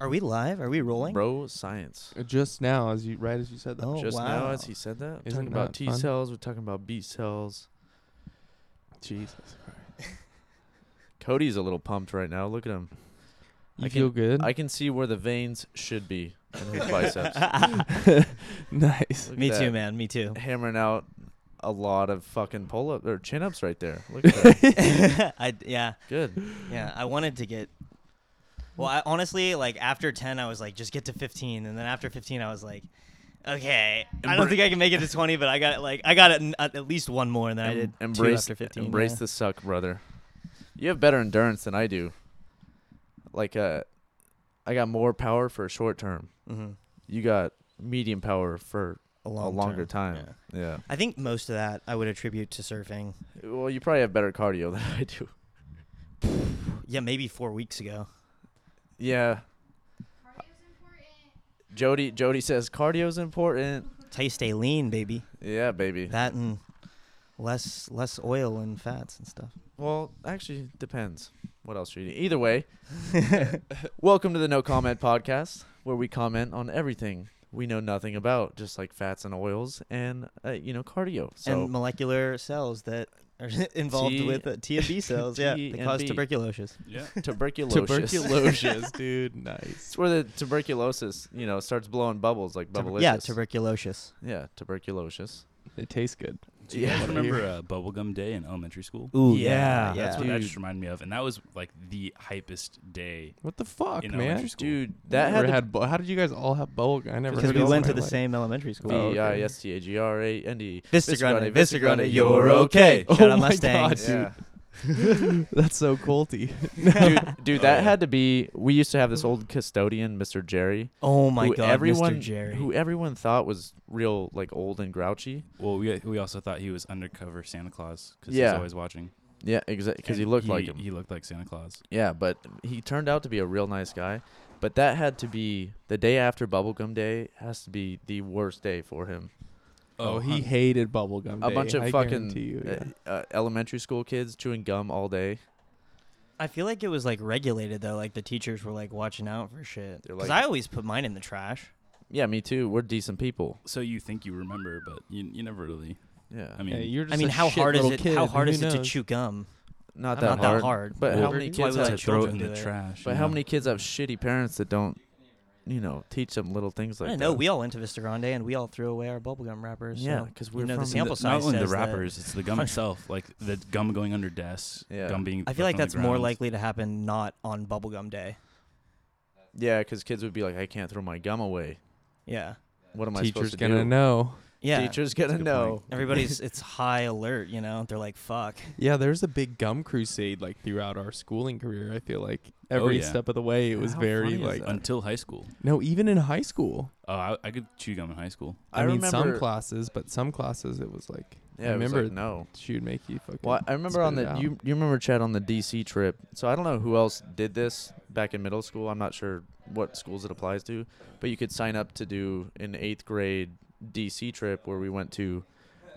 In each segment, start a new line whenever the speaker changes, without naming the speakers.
Are we live? Are we rolling?
Bro, science.
Uh, Just now, as you right as you said that.
Oh,
Just now,
wow.
as he said that,
Isn't
talking about
that
T
fun?
cells, we're talking about B cells.
Jesus,
Cody's a little pumped right now. Look at him.
you
I
feel good.
I can see where the veins should be in his biceps.
nice.
Look at
Me
that.
too, man. Me too.
Hammering out a lot of fucking pull up or chin ups right there. Look at that.
I yeah
Good.
yeah. I wanted to get. Well, I honestly like after ten, I was like, just get to fifteen, and then after fifteen, I was like, okay, I don't
Embra-
think I can make it to twenty, but I got like I got it at at least one more, and then I
Em-
did
embrace
two after fifteen.
embrace the suck, brother. You have better endurance than I do. Like uh, I got more power for a short term.
hmm
You got medium power for a longer time. yeah.
I think most of that I would attribute to surfing.
Well, you probably have better cardio than I do.
Yeah, maybe four weeks ago.
Yeah. Jody Jody says cardio's important.
That's how you stay lean, baby.
Yeah, baby.
That and less less oil and fats and stuff.
Well, actually depends. What else are you eating? Either way. welcome to the No Comment podcast where we comment on everything we know nothing about, just like fats and oils and uh, you know cardio. So
and molecular cells that are involved
T-
with uh, T and B cells. yeah,
T
that cause
and B.
tuberculosis.
Yeah.
tuberculosis.
Tuberculosis, dude. Nice.
it's where the tuberculosis, you know, starts blowing bubbles like bubble.
yeah, tuberculosis.
yeah, tuberculosis.
It tastes good.
Do you guys
Yeah.
remember uh, Bubblegum Day in elementary school?
Ooh,
Yeah,
yeah.
That's what that
Dude.
just reminded me of. And that was like the hypest day
What the fuck,
in
man?
elementary school.
Dude,
I
that
never
had, had
had. bu- how did you guys all have bulk? I never.
because
heard
we
of this
went
in
to
my
the
life.
same elementary school.
Oh, okay.
V I S T A G R A N D.
Vista
Vista Grande,
Grande,
Vista
Vista Grande,
Grande,
you're
you're
okay.
Oh
Shout out
my
Mustang.
God, dude.
Yeah.
That's so culty.
dude, dude, that
Oh.
had to be. We used to have this old custodian, Mr. Jerry.
Oh my
who
god,
everyone,
Mr. Jerry.
who everyone thought was real, like old and grouchy.
Well, we we also thought he was undercover Santa Claus because he
Yeah.
was always watching.
Yeah, exactly. Because he
And
looked like him.
He looked like Santa Claus.
yeah, but he turned out to be a real nice guy. But that had to be the day after Bubblegum Day has to be the worst day for him.
Oh, he
hun-
hated bubblegum.
a bunch of
I
fucking
guarantee You, yeah.
uh, uh, elementary school kids chewing gum all day.
I feel like it was like regulated though. Like the teachers were like watching out for shit.
They're
Because
like-
I always put mine in the trash.
Yeah, me too. We're decent people.
So you think you remember, but you you never really.
Yeah,
I mean,
Yeah, you're
I
just
mean,
a
how
shit
hard is
little
it?
Kid.
how hard
Who
is it to
knows?
chew gum?
not
I'm
that
not that
hard.
hard.
But how
Well,
many
why
kids
would
have
I
to throw it
children
in
do
the
it.
trash.
But
you
how
know?
many kids have shitty parents that don't, you know, teach them little things like
I don't
that?
know. We all went to Vista Grande and we all threw away our bubblegum wrappers.
yeah,
so-
because
you
we're
know, the
from
sample
The- not
size
only the
says that-
wrappers, it's the gum itself. Like the gum going under desks,
Yeah.
gum being.
I feel like
left on
that's
the
more
ground.
likely to happen not on bubblegum day.
yeah, because kids would be like, I can't throw my gum away.
Yeah.
What am I supposed
Teacher's
to
gonna
do?
know.
Yeah.
Teachers gonna
good
know.
Everybody's it's high alert, you know. They're like, "Fuck."
Yeah, there's a big gum crusade like throughout our schooling career. I feel like
Oh,
every
yeah.
step of the way, it was
How
very
funny is
like
that?
until high school.
no, even in high school.
Oh, I, I could chew gum in high school.
I,
I
mean, some
remember-
classes, but some classes it was like
Yeah,
I
it was
remember
like, no.
she would make you fucking.
Well, I remember
spit
on
it
the
out.
you you remember Chad on the DC trip. So I don't know who else did this back in middle school. I'm not sure what schools it applies to, but you could sign up to do an eighth grade DC trip where we went to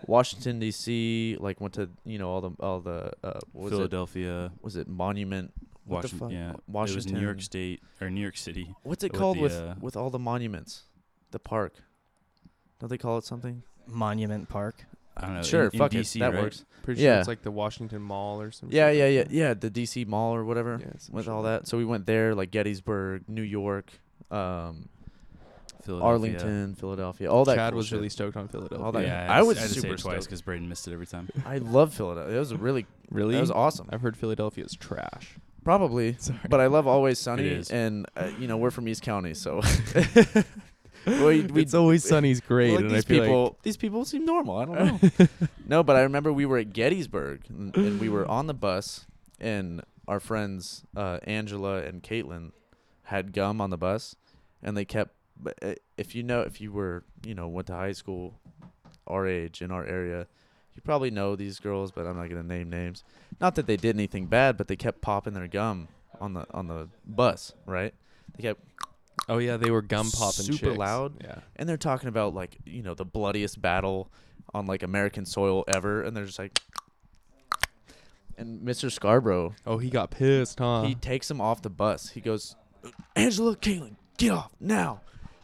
Washington D.C. Like went to you know all the all the uh, what was it
Philadelphia,
was it Monument what the
Washington,
fuck?
yeah,
Washington
It was New York State or New York City.
What's it
with
called
the,
with
uh,
with all the monuments? The park. Don't they call it something?
Monument Park.
I don't know.
Sure,
in, in
fuck it,
DC,
that
right?
works.
pretty
yeah.
sure it's like the Washington Mall or something.
Yeah, yeah, yeah, yeah. The D.C. Mall or whatever.
Yeah, some
with
shit
all
like
that. So we went there, like Gettysburg, New York, um,
Philadelphia.
Arlington, Philadelphia, all that.
Chad
cool
was
shit.
really stoked on Philadelphia.
All that-
Yeah,
I
I,
was
was I had to say
super
it twice
stoked.
because Braden missed it every time.
I love Philadelphia. It was a really.
really,
That was awesome.
I've heard Philadelphia is trash.
Probably,
Sorry,
but I love Always Sunny,
is.
and uh, you know we're from East County, so. we, we,
it's always sunny's great,
Well, like
and
these
I feel
people,
like
these people seem normal. I don't know. no, but I remember we were at Gettysburg and, and we were on the bus, and our friends uh, Angela and Caitlin had gum on the bus, and they kept. but, uh, If you know, if you were, you know, went to high school, our age in our area, you probably know these girls, but I'm not gonna name names. Not that they did anything bad, but they kept popping their gum on the on the bus, right? They kept
oh yeah, they were gum popping
super
chicks.
loud.
Yeah,
and they're talking about like you know the bloodiest battle on like American soil ever, and they're just like, and Mr. Scarborough,
oh he got pissed, huh?
he takes him off the bus. He goes, Angela, Caitlin, get off now,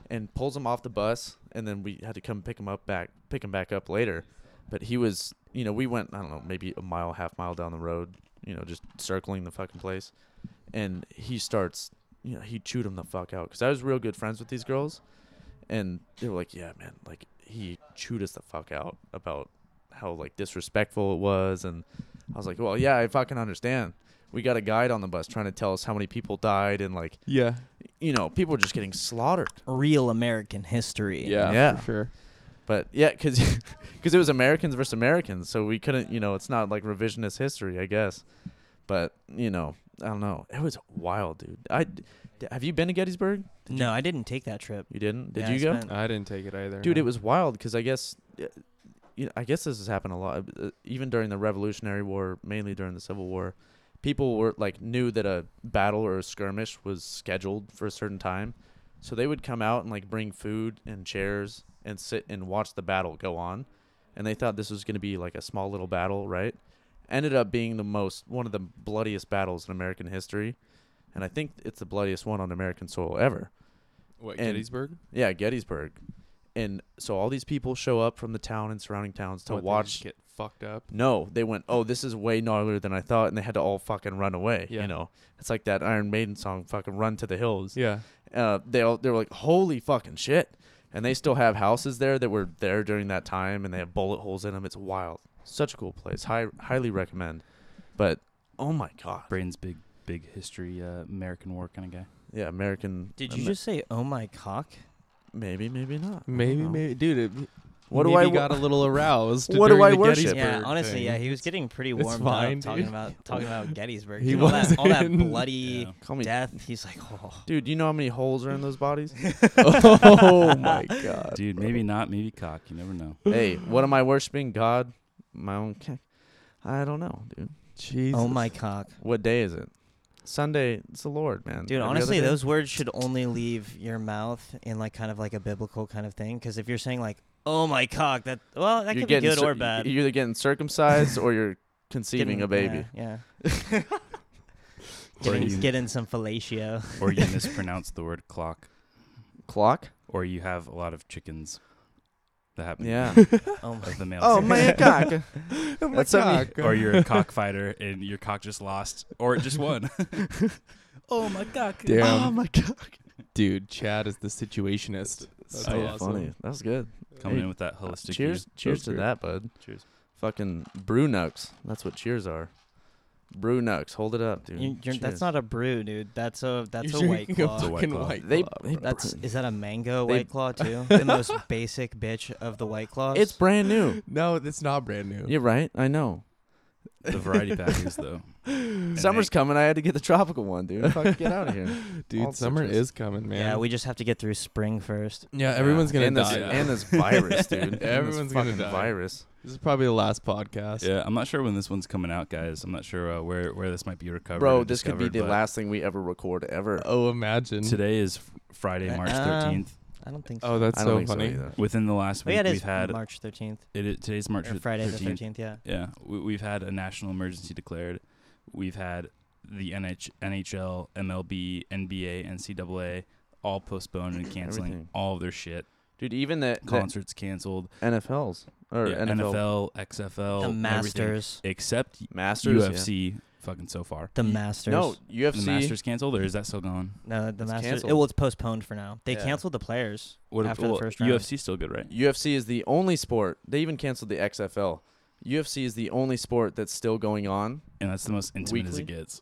and pulls him off the bus, and then we had to come pick him up back, pick him back up later. But he was, you know, we went, I don't know, maybe a mile, half mile down the road, you know, just circling the fucking place, and he starts, you know, he chewed him the fuck out because I was real good friends with these girls, and they were like, yeah, man, like he chewed us the fuck out about how like disrespectful it was, and I was like, well, yeah, I fucking understand. We got a guide on the bus trying to tell us how many people died and like
Yeah.
you know, people are just getting slaughtered.
Real American history.
Yeah.
Yeah.
For sure.
But yeah, because it was Americans versus Americans, so we couldn't, you know, it's not like revisionist history, I guess. But you know, I don't know. It was wild, dude. I d- have you been to Gettysburg?
No, I didn't take that trip.
You didn't? Did
Yeah,
you
I
go,
spent-
I didn't take it either.
dude?
no.
It was wild because I guess. uh, You know, I guess this has happened a lot, uh, even during the Revolutionary War, mainly during the Civil War. People were like knew that a battle or a skirmish was scheduled for a certain time, So they would come out and like bring food and chairs and sit and watch the battle go on. And they thought this was going to be like a small little battle, right? Ended up being the most one of the bloodiest battles in American history. And I think it's the bloodiest one on American soil ever.
What,
and-
Gettysburg?
Yeah, Gettysburg. And so all these people show up from the town and surrounding towns to
What, they
watch
just get fucked up.
no, they went, oh, this is way gnarlier than I thought, and they had to all fucking run away.
Yeah.
You know, it's like that Iron Maiden song, fucking run to the hills
Yeah.
uh, they all, they were like, "Holy fucking shit!" And they still have houses there that were there during that time, and they have bullet holes in them. It's wild. Such a cool place. High, highly recommend. But oh my god,
Braden's big, big history, uh, American war kind of guy.
yeah, American.
Did
Ama-
you just say, oh my cock?
maybe, maybe not. I don't
Maybe,
know.
maybe, dude. It,
What do
maybe
I wo-
got a little aroused?
What do
during
I
the
worship?
Yeah,
Gettysburg
honestly,
thing.
yeah, he was getting pretty
It's
warmed
fine,
up talking
dude.
about talking about Gettysburg.
He
dude. all, that, all that
wasn't.
bloody
Yeah.
Call me,
death. He's like, oh,
dude. You know how many holes are in those bodies?
oh my god.
Dude, maybe not, maybe cock. You never know.
hey, what am I worshiping? God, my own. ca- I don't know, dude.
Jesus.
oh my cock,
What day is it? Sunday. It's the Lord, man.
dude.
Every other
honestly,
day?
those words should only leave your mouth in like kind of like a biblical kind of thing. Because if you're saying like, oh my cock, that well, that
You're
could be
getting
good
cir-
or bad.
You're either getting circumcised or you're conceiving
Getting-
a baby.
Yeah.
Or
yeah.
you-
getting, getting some fellatio.
Or you mispronounce the word clock,
Clock?
or you have a lot of chickens that happen.
Yeah.
Oh my.
Of the male.
oh
sex.
man, cock.
Oh my
That's something
God.
Or you're a cockfighter and your cock just lost, or it just won. oh my cock.
Damn.
Oh my cock.
Dude, Chad is the situationist. That's
So
awesome.
funny. That was good.
Coming
Hey,
in with that holistic.
cheers!
view.
Cheers
That's
to
great.
that, bud.
Cheers.
Fucking brew nucks. That's what cheers are. Brew nucks. Hold it up, dude.
You, you're, that's
Cheers.
not a brew, dude. That's a that's
You're
a white
drinking
claw.
It's a White
fucking
Claw.
They-
Claw,
they-
bro.
That's
Bro.
is that a mango
They-
white claw too? the most basic bitch of the white claws.
It's brand new.
no, it's not brand new.
You're right. I know.
The variety pack is though. And
Summer's
they-
coming. I had to get the tropical one, dude. Fuck, get out of here.
Dude,
all
summer
citrus.
is coming, man.
yeah. We just have to get through spring first.
yeah everyone's gonna
and
die.
This,
now.
And this virus, dude. And this
Everyone's gonna
fucking
die.
virus.
This is probably the last podcast.
Yeah, I'm not sure when this one's coming out, guys. I'm not sure uh, where where this might be recovered.
Bro,
or
this could be
discovered,
the
but
last thing we ever record ever.
Oh, imagine.
Today is f- Friday, March
um,
Uh,
13th.
I don't think so.
Oh, that's
I don't
so
think
funny.
so either.
Within the last
Oh,
week,
yeah, it
we've
is
had
March 13th
it, is- today's March
or Friday the
13th.
13th. Yeah.
Yeah, we, we've had a national emergency declared. We've had the NH- NHL, MLB, NBA, NCAA all postponed and canceling
Everything.
all of their shit.
Dude, even the, the
Concerts canceled.
NFLs or
Yeah,
NFL,
NFL, XFL,
the
Oh, everything
Masters.
except
Masters, yeah.
UFC. Fucking so far.
The Masters.
No, UFC.
The Masters canceled, or is that still going?
no, the
it's
Masters.
canceled.
It, well, it's postponed for now. They
Yeah.
canceled the players.
What
After the first round.
UFC still good, right?
UFC is the only sport. They even canceled the XFL. UFC is the only sport that's still going on
And that's the most intimate as it
Weekly?
gets.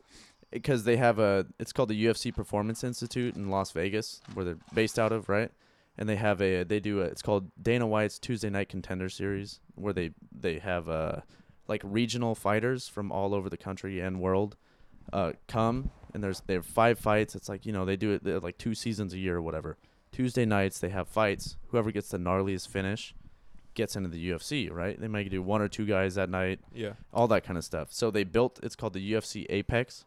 because they have a. It's called the UFC Performance Institute in Las Vegas, where they're based out of, right? And they have a. They do a. It's called Dana White's Tuesday Night Contender Series, where they they have uh like regional fighters from all over the country and world, uh, come and there's they have five fights. It's like you know they do it they're like two seasons a year or whatever. Tuesday nights they have fights. Whoever gets the gnarliest finish gets into the UFC, right? They might do one or two guys that night
Yeah.
all that kind of stuff. So they built it's called the UFC Apex,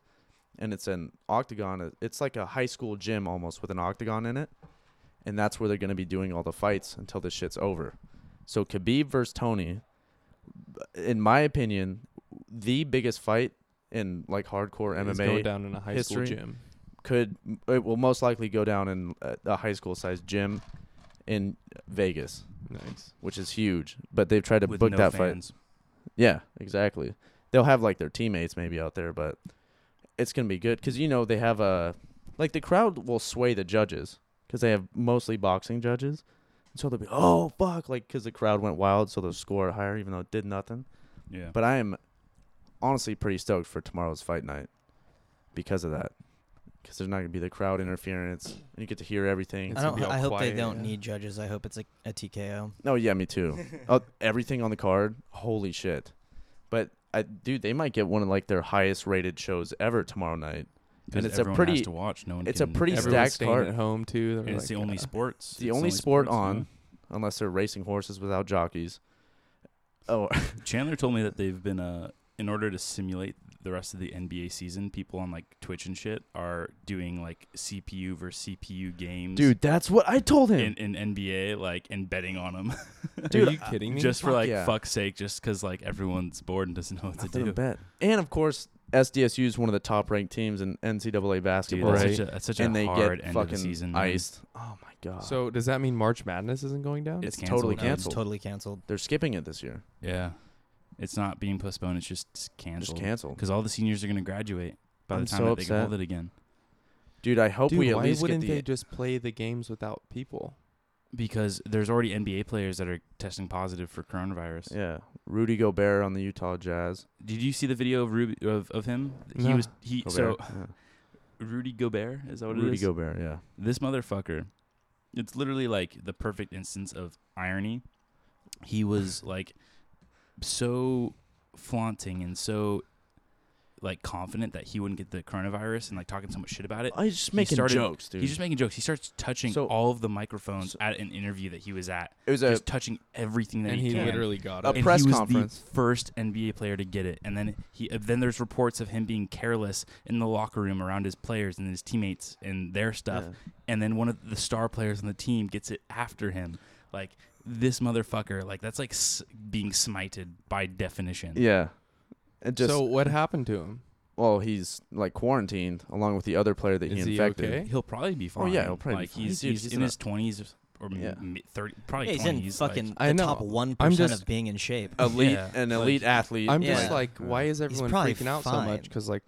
and it's an octagon. uh, It's like a high school gym almost with an octagon in it, and that's where they're going to be doing all the fights until this shit's over. So Khabib versus Tony, in my opinion, the biggest fight in like hardcore
It's
MMA.
going down in a high
history.
school gym.
could it will most likely go down in a, a high school sized gym in Vegas,
Nice.
which is huge. But they've tried to
with
book
no
that fight.
fans.
Yeah, exactly. They'll have like their teammates maybe out there, but it's gonna be good because you know they have a like the crowd will sway the judges because they have mostly boxing judges, and so they'll be oh fuck like because the crowd went wild, so they'll score higher even though it did nothing.
Yeah.
But I am honestly pretty stoked for tomorrow's fight night because of that. Because there's not going to be the crowd interference, and you get to hear everything.
It's
I
gonna
don't.
be all
I hope
quiet,
they don't
yeah.
need judges. I hope it's like a TKO.
No, yeah, me too. oh, everything on the card, holy shit! But I, dude, they might get one of like their highest rated shows ever tomorrow night.
Because
it's a
everyone
pretty-
has to watch. No one.
it's a
can-
pretty
everyone-
Everyone's
stacked
staying
card.
at home too. They're
and It's
like,
the only
uh,
sports.
the
it's
only sport
sports,
on, unless they're racing horses without jockeys. Oh,
yeah. Chandler told me that they've been uh in order to simulate the rest of the NBA season, people on like Twitch and shit are doing like CPU versus CPU games.
dude, that's what I told him.
In, in NBA, like and betting on them,
Dude,
Are you kidding me?
just for
Fuck
like
yeah.
fuck's sake, just because like everyone's bored and doesn't know what to
Nothing to
do.
bet. And of course, SDSU is one of the top ranked teams in NCAA
Dude,
basketball.
that's
Right.
such a that's such
and
a
they
hard
get
end of
fucking
the season. man.
iced. Oh my god! So
So does that mean March Madness isn't going down?
It's
it's, totally
No, it's
canceled.
totally canceled.
They're skipping it this year.
Yeah, it's not being postponed. It's just
Just
canceled.
canceled.
Because all the seniors are going to graduate by
I'm
the time
so
that they can
upset.
hold it again.
Dude, I hope
Dude,
we at
why
least get
wouldn't
the.
they just play the games without people?
Because there's already NBA players that are testing positive for coronavirus.
yeah, Rudy Gobert on the Utah Jazz.
Did you see the video of Ruby, of, of him? He
No.
was he
Gobert,
so
yeah.
Rudy Gobert is that what it
Rudy
is?
Gobert, yeah.
this motherfucker. It's literally like the perfect instance of irony. He was like so flaunting and so like confident that he wouldn't get the coronavirus and like talking so much shit about it.
I Oh, just
he
making
started-
jokes, dude.
He's just making jokes. He starts touching
So-
all of the microphones
so-
at an interview that he was at.
it was a
just touching everything that
and
he,
he
can.
literally got
A
it.
And
press
he was
conference.
the first NBA player to get it, and then he uh, then there's reports of him being careless in the locker room around his players and his teammates and their stuff,
yeah.
and then one of the star players on the team gets it after him, like this motherfucker, like that's like s- being smited by definition.
Yeah. It just
so what happened to him?
well, he's like quarantined along with the other player that he
Is he
infected.
okay?
He'll probably be
Oh,
fine.
yeah, he'll probably be
like
fine.
he's
Dude,
he's,
he's
in
in a-
his twenties or
Yeah.
m mid thirty, probably
Yeah, he's in
20s, like-
fucking
I
the
know.
top one
I'm
percent
just-
of being in shape.
Elite,
Yeah.
an
Like,
elite athlete.
I'm
Yeah.
just like, why is everyone
probably
freaking out so much?
fine.
Because like,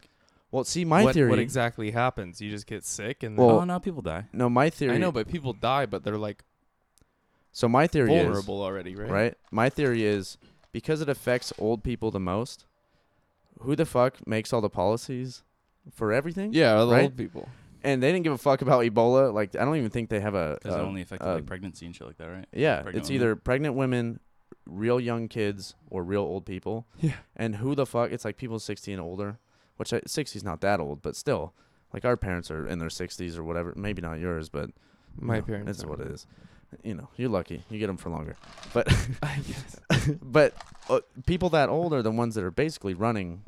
well, see, my
what,
theory.
what exactly happens? You just get sick and
Well,
oh no, people die.
no, my
then,
theory.
I know, but people die, but they're like
so my theory is
vulnerable already, right?
right? My theory is because it affects old people the most. Who the fuck makes all the policies for everything?
Yeah, the
Right?
old people.
and they didn't give a fuck about Ebola. Like I don't even think they have a.
Because
a-
it only affected
uh,
like pregnancy and shit like that, right?
yeah,
pregnant
it's
women.
either pregnant women, real young kids, or real old people.
Yeah.
And who the fuck? It's like people sixty and older, which I, 60's not that old, but still, like our parents are in their sixties or whatever. Maybe not yours, but you
My
know,
parents.
That's
are.
what it is. You know, you're lucky. You get them for longer, but but uh, people that old are the ones that are basically running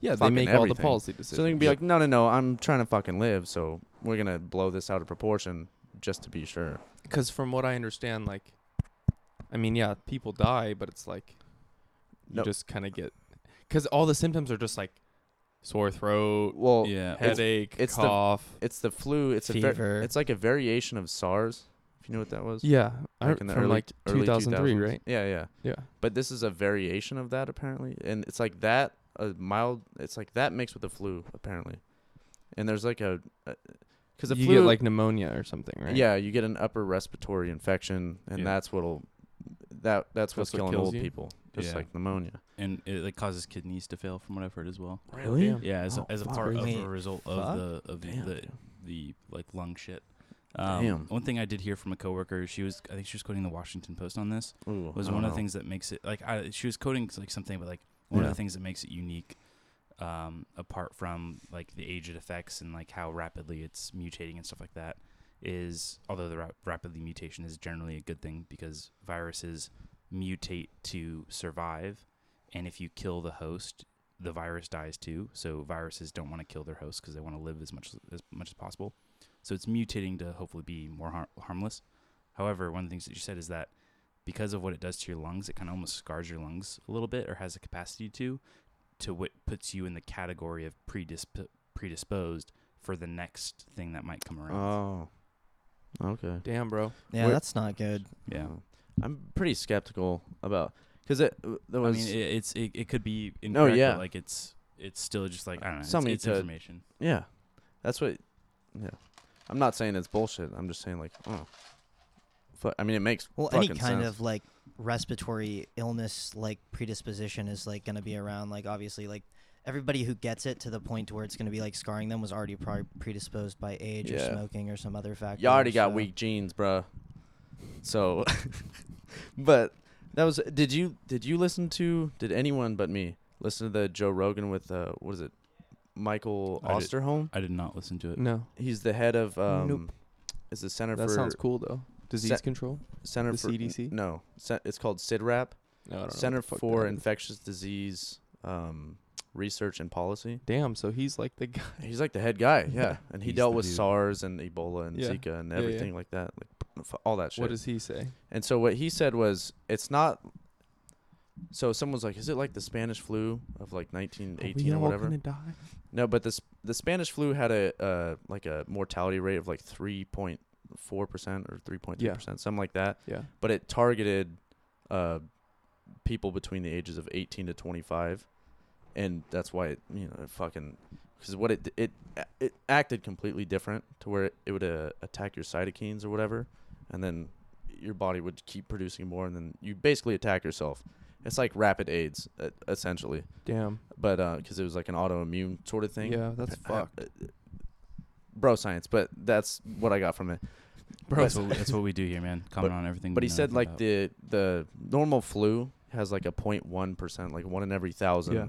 Yeah, they
Fucking
make all the
everything.
policy decisions.
So they can be like, no, no, no, I'm trying to fucking live, so we're gonna blow this out of proportion just to be sure.
because from what I understand, like, I mean, yeah, people die, but it's like you
No.
just kind of get because all the symptoms are just like sore throat,
Well,
yeah.
it's-
headache,
it's the-
cough.
it's the flu. It's a
Fever.
ver- it's like a variation of SARS. If you knew what that was,
yeah, I
Like in the
from
early-
like
early
2003,
2000s.
right?
Yeah, yeah.
Yeah,
But this is a variation of that apparently, and it's like that a mild. It's like that mixed with the flu apparently, and there's like a because the
you
flu
get like pneumonia or something, right?
yeah you get an upper respiratory infection, and
Yeah.
that's what'll that that's what's
That's what
killing
kills
old
you?
people, just
Yeah.
like pneumonia.
and it like causes kidneys to fail, from what I've heard as well.
Really?
Yeah.
Yeah, as,
Oh,
as a
fuck.
part of
Wait,
a result
fuck?
of the of
Damn,
the
dude.
the like lung shit. Um,
Damn.
One thing I did hear from a coworker, she was I think she was quoting the Washington Post on this
Ooh,
was
I
one
don't
of the
know.
things that makes it like I, she was quoting like something, but like one of
Yeah.
the things that makes it unique, um, apart from like the age it affects and like how rapidly it's mutating and stuff like that, is although the rap- rapidly mutation is generally a good thing because viruses mutate to survive, and if you kill the host, the virus dies too. So viruses don't want to kill their host because they want to live as much as much as possible. So it's mutating to hopefully be more har- harmless. However, one of the things that you said is that because of what it does to your lungs, it kind of almost scars your lungs a little bit, or has the capacity to, to what puts you in the category of predisp- predisposed for the next thing that might come around.
Oh. Okay.
Damn, bro.
Yeah,
Wait-
that's not good.
yeah.
Oh. I'm pretty skeptical about because it there
I
was Oh,
mean, it, it's it, it could be incorrect, but,
yeah.
like it's it's still just like I don't know.
Somebody
it's, it's
to-
information.
yeah. That's what yeah. I'm not saying it's bullshit. I'm just saying like oh. Fuck. I mean, it makes
Well, any
fucking
kind
sense.
of like respiratory illness like predisposition is like going to be around. Like obviously, like everybody who gets it to the point to where it's going to be like scarring them was already probably predisposed by age
Yeah.
or smoking or some other factor.
You already
uh,
got
so-
weak genes, bruh. So, but that was. Did you did you listen to? Did anyone but me listen to the Joe Rogan with uh what is it? Michael
I did.
Osterholm.
I did not listen to it.
No.
He's the head of um.
Nope.
Is the Center
That
for
sounds cool though. Disease
Set-
control?
Center
the
for
CDC?
No, Cen- it's called SIDRAP,
No, I don't know.
Center
what the fuck
for
that is.
Infectious Disease um, Research and Policy.
Damn, so he's like the guy.
He's like the head guy, yeah, and he
He's
dealt
the
with
dude.
SARS and Ebola and
Yeah.
Zika and
Yeah, yeah.
everything like that, like f- all that shit.
What does he say?
And so what he said was, it's not. So someone's like, is it like the Spanish flu of like 1918 or whatever?
Gonna die?
No, but this the Spanish flu had a uh, like a mortality rate of like 3.4 percent or 3.3 percent, something like that.
Yeah.
But it targeted uh, people between the ages of 18 to 25, and that's why it you know it fucking because what it d- it it acted completely different to where it, would uh, attack your cytokines or whatever, and then your body would keep producing more, and then you basically attack yourself. It's like rapid AIDS, e- essentially
Damn.
but because it was like an autoimmune sort of thing.
Yeah,
I-
that's
I-
fucked.
Bro science, but that's what I got from it.
Bro, that's what, that's what we do here, man. Comment
But-
on everything.
But
we
he
know
said like
about.
the the normal flu has like a 0.1 percent, like one in every thousand,
Yeah.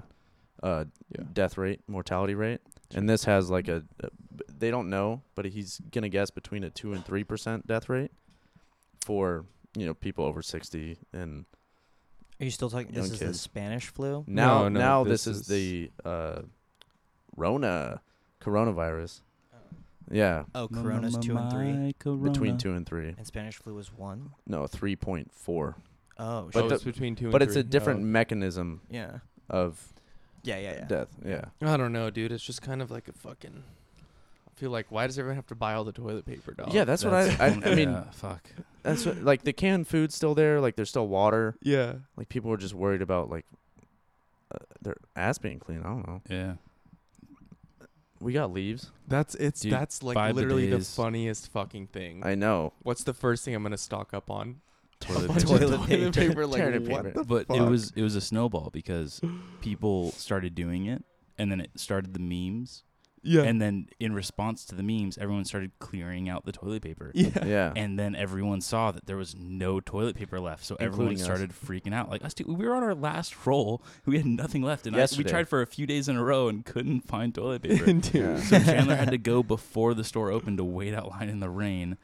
uh,
Yeah.
death rate, mortality rate, and this has like a, a- they don't know, but he's gonna guess between a two and three percent death rate for you know people over 60 and
Are you still talking? This
Young
is the
kids.
Spanish flu.
now
No, no,
now
this
this, is,
is-
the uh rona coronavirus yeah
Oh, Corona's two and three,
between two and three.
and Spanish flu was one.
No, three point four.
Oh,
But
oh,
shit.
the-
it's between two.
But
and
it's a
three. Oh.
different mechanism
yeah,
of
yeah, yeah, yeah.
death. Yeah.
Oh. I don't know, dude. It's just kind of like a fucking. I feel like why does everyone have to buy all the toilet paper, dog?
Yeah, that's what I- I- I mean-
yeah, uh, fuck.
That's what, like the canned food's still there. Like there's still water.
Yeah.
Like people are just worried about like uh, their ass being clean. I don't know.
Yeah.
We got leaves.
That's it's
Dude,
that's
buy
like literally the
bidets.
funniest fucking thing.
I know.
What's the first thing I'm gonna stock up on?
Toilet
a bunch
paper.
of toilet paper. Like
Toilet
what
paper.
the
But
fuck?
it was it was a snowball because people started doing it, and then it started the memes,
yeah.
and then in response to the memes, everyone started clearing out the toilet paper.
yeah.
Yeah.
And then everyone saw that there was no toilet paper left, so everyone
Including us.
started freaking out. Like us, two, we were on our last roll, we had nothing left, and I, we
Yesterday.
tried for a few days in a row and couldn't find toilet paper.
Dude,
Yeah.
so Chandler had to go before the store opened to wait out line in the rain.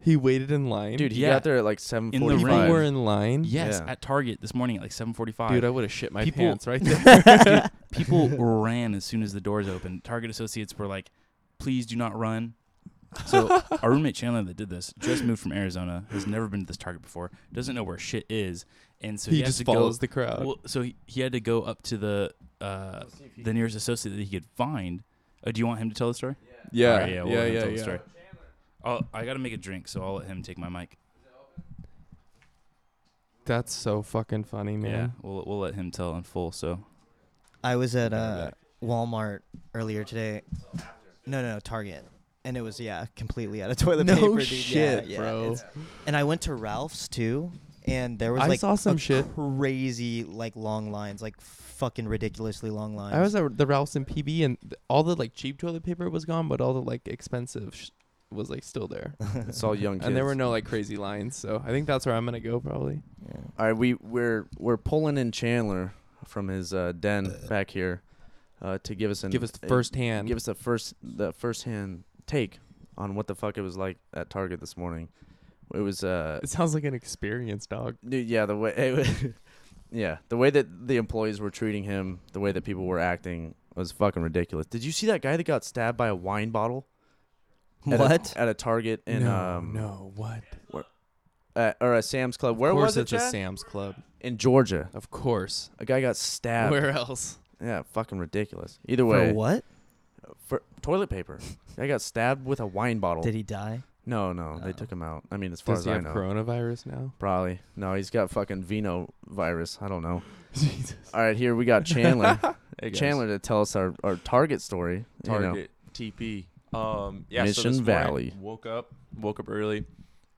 he waited in line.
Dude, he
Yeah.
got there at like seven
the
forty
people
rain.
were
five.
in line.
Yes,
Yeah.
at Target this morning at like 7:45.
Dude, I would have shit my
People-
pants right there.
people ran as soon as the doors opened. Target associates were like, "Please do not run." So our roommate Chandler that did this just moved from Arizona, has never been to this Target before, doesn't know where shit is, and so he,
he
has
just
to
follows
go.
the crowd.
Well, so he, he had to go up to the uh, the nearest associate that he could find. Uh, do you want him to tell the story?
yeah,
All right, yeah, we'll
yeah,
let him
yeah,
tell the
yeah.
story. I'll, I got to make a drink, so I'll let him take my mic.
That's so fucking funny, man.
Yeah, we'll we'll let him tell in full. So
I was at
Better
uh,
back.
Walmart earlier today. No, no, no, Target, and it was yeah, completely out of toilet
No
paper. dude.
shit,
yeah, yeah,
bro.
it's- And I went to Ralph's too, and there was
I
like
saw some
a
shit.
crazy like long lines, like fucking ridiculously long lines.
I was at the Ralph's in PB, and th- all the like cheap toilet paper was gone, but all the like expensive sh- was like still there,
It's all young kids.
and there were no like crazy lines. So I think that's where I'm gonna go probably.
Yeah.
All right, we we're we're pulling in Chandler from his uh, den back here uh, to give us an
Give us the
a-
first hand.
give us the first the first hand take on what the fuck it was like at Target this morning. It was uh
it sounds like an experience, dog.
dude, yeah, the way yeah, the way that the employees were treating him, the way that people were acting was fucking ridiculous. Did you see that guy that got stabbed by a wine bottle? At a-
What?
at a Target in
no,
um
no, what?
uh, or a Sam's Club. Where
of course
was it?
it's a
Chad?
Sam's Club.
in Georgia.
Of course.
A guy got stabbed.
Where else?
Yeah, fucking ridiculous. Either
For
way,
what?
for toilet paper. I got stabbed with a wine
Oh.
bottle.
Did he die?
no, no,
Oh.
they took him out. I mean, as far
Does he
as I
have
know,
coronavirus now?
probably. No, he's got fucking vino virus. I don't know. All right, here we got Chandler.
Hey, guys.
Chandler to tell us our, our Target story. you know.
Target TP. Um, yeah, so
Mission
this morning,
Valley.
woke up, woke up early,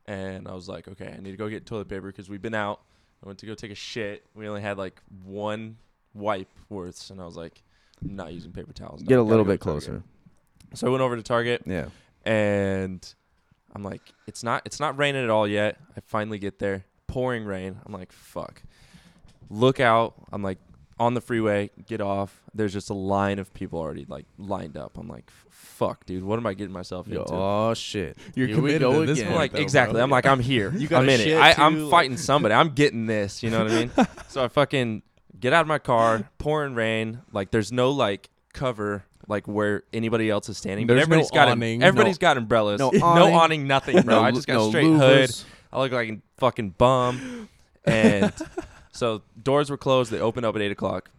and I was like, okay, I need to go get toilet paper because we've been out. I went to go take a shit. We only had like one wipe worth, and I was like, I'm not using paper towels.
Get a
Gotta
little
go to
bit
Target.
closer.
So I went over to Target,
Yeah.
and I'm like, it's not it's not raining at all yet. I finally get there, pouring rain. I'm like, fuck. Look out. I'm like on the freeway, get off. There's just a line of people already like lined up. I'm like, fuck, dude, what am I getting myself
Yo,
into?
oh shit.
You're
Here we
committed
go
at this
again.
I'm
point,
like
though,
exactly.
bro.
I'm like I'm here.
You got
I'm
a
in it.
shit,
I,
too,
I'm
like-
fighting somebody. I'm getting this. You know what I mean? so I fucking get out of my car, pouring rain. Like there's no like cover like where anybody else is standing.
There's
but everybody's
no
got
awning.
No-
everybody's got umbrellas.
no
No
awning.
awning, nothing, bro. I
lu-
just got straight hood.
louvers.
I look like a fucking bum. And so doors were closed. They opened up at eight o'clock,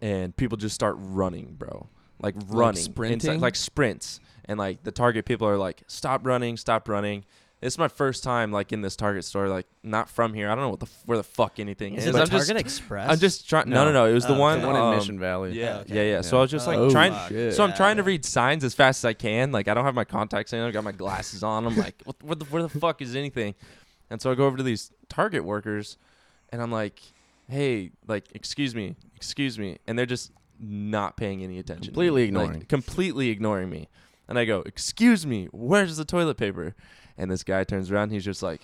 and people just start running, bro. Like running, Inside-
sprinting?
like sprints, and like the Target people are like, "Stop running! Stop running!" This is my first time like in this Target store, like not from here. I don't know what the f- where the fuck anything
Is
is.
it
I'm
the Target
just,
Express?
I'm just trying. No,
No.
no, no. It was the
Oh,
one,
The one in
um,
Mission Valley.
Yeah,
Oh, okay.
yeah, yeah. So I was just like
Oh,
Oh
trying.
fuck. shit.
So I'm trying to read signs as fast as I can. Like I don't have my contacts in. I got my glasses on. I'm like, what, where, the, where the fuck is anything? And so I go over to these Target workers, and I'm like, hey, like, excuse me, excuse me, and they're just not paying any attention. to me.
Completely
Like,
ignoring.
completely ignoring me. And I go, excuse me, where's the toilet paper? And this guy turns around. He's just like,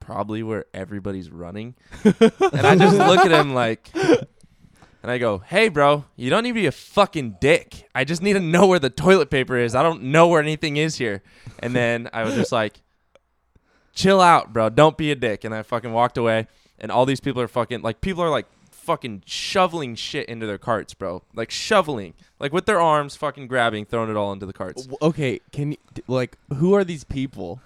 probably where everybody's running. and I just look at him like. And I go, hey, bro, you don't need to be a fucking dick. I just need to know where the toilet paper is. I don't know where anything is here. And then I was just like, chill out, bro. Don't be a dick. And I fucking walked away. And all these people are fucking, like, people are like fucking shoveling shit into their carts, bro. Like, shoveling. Like, with their arms fucking grabbing, throwing it all into the carts.
W- Okay, can you d- like who are these people?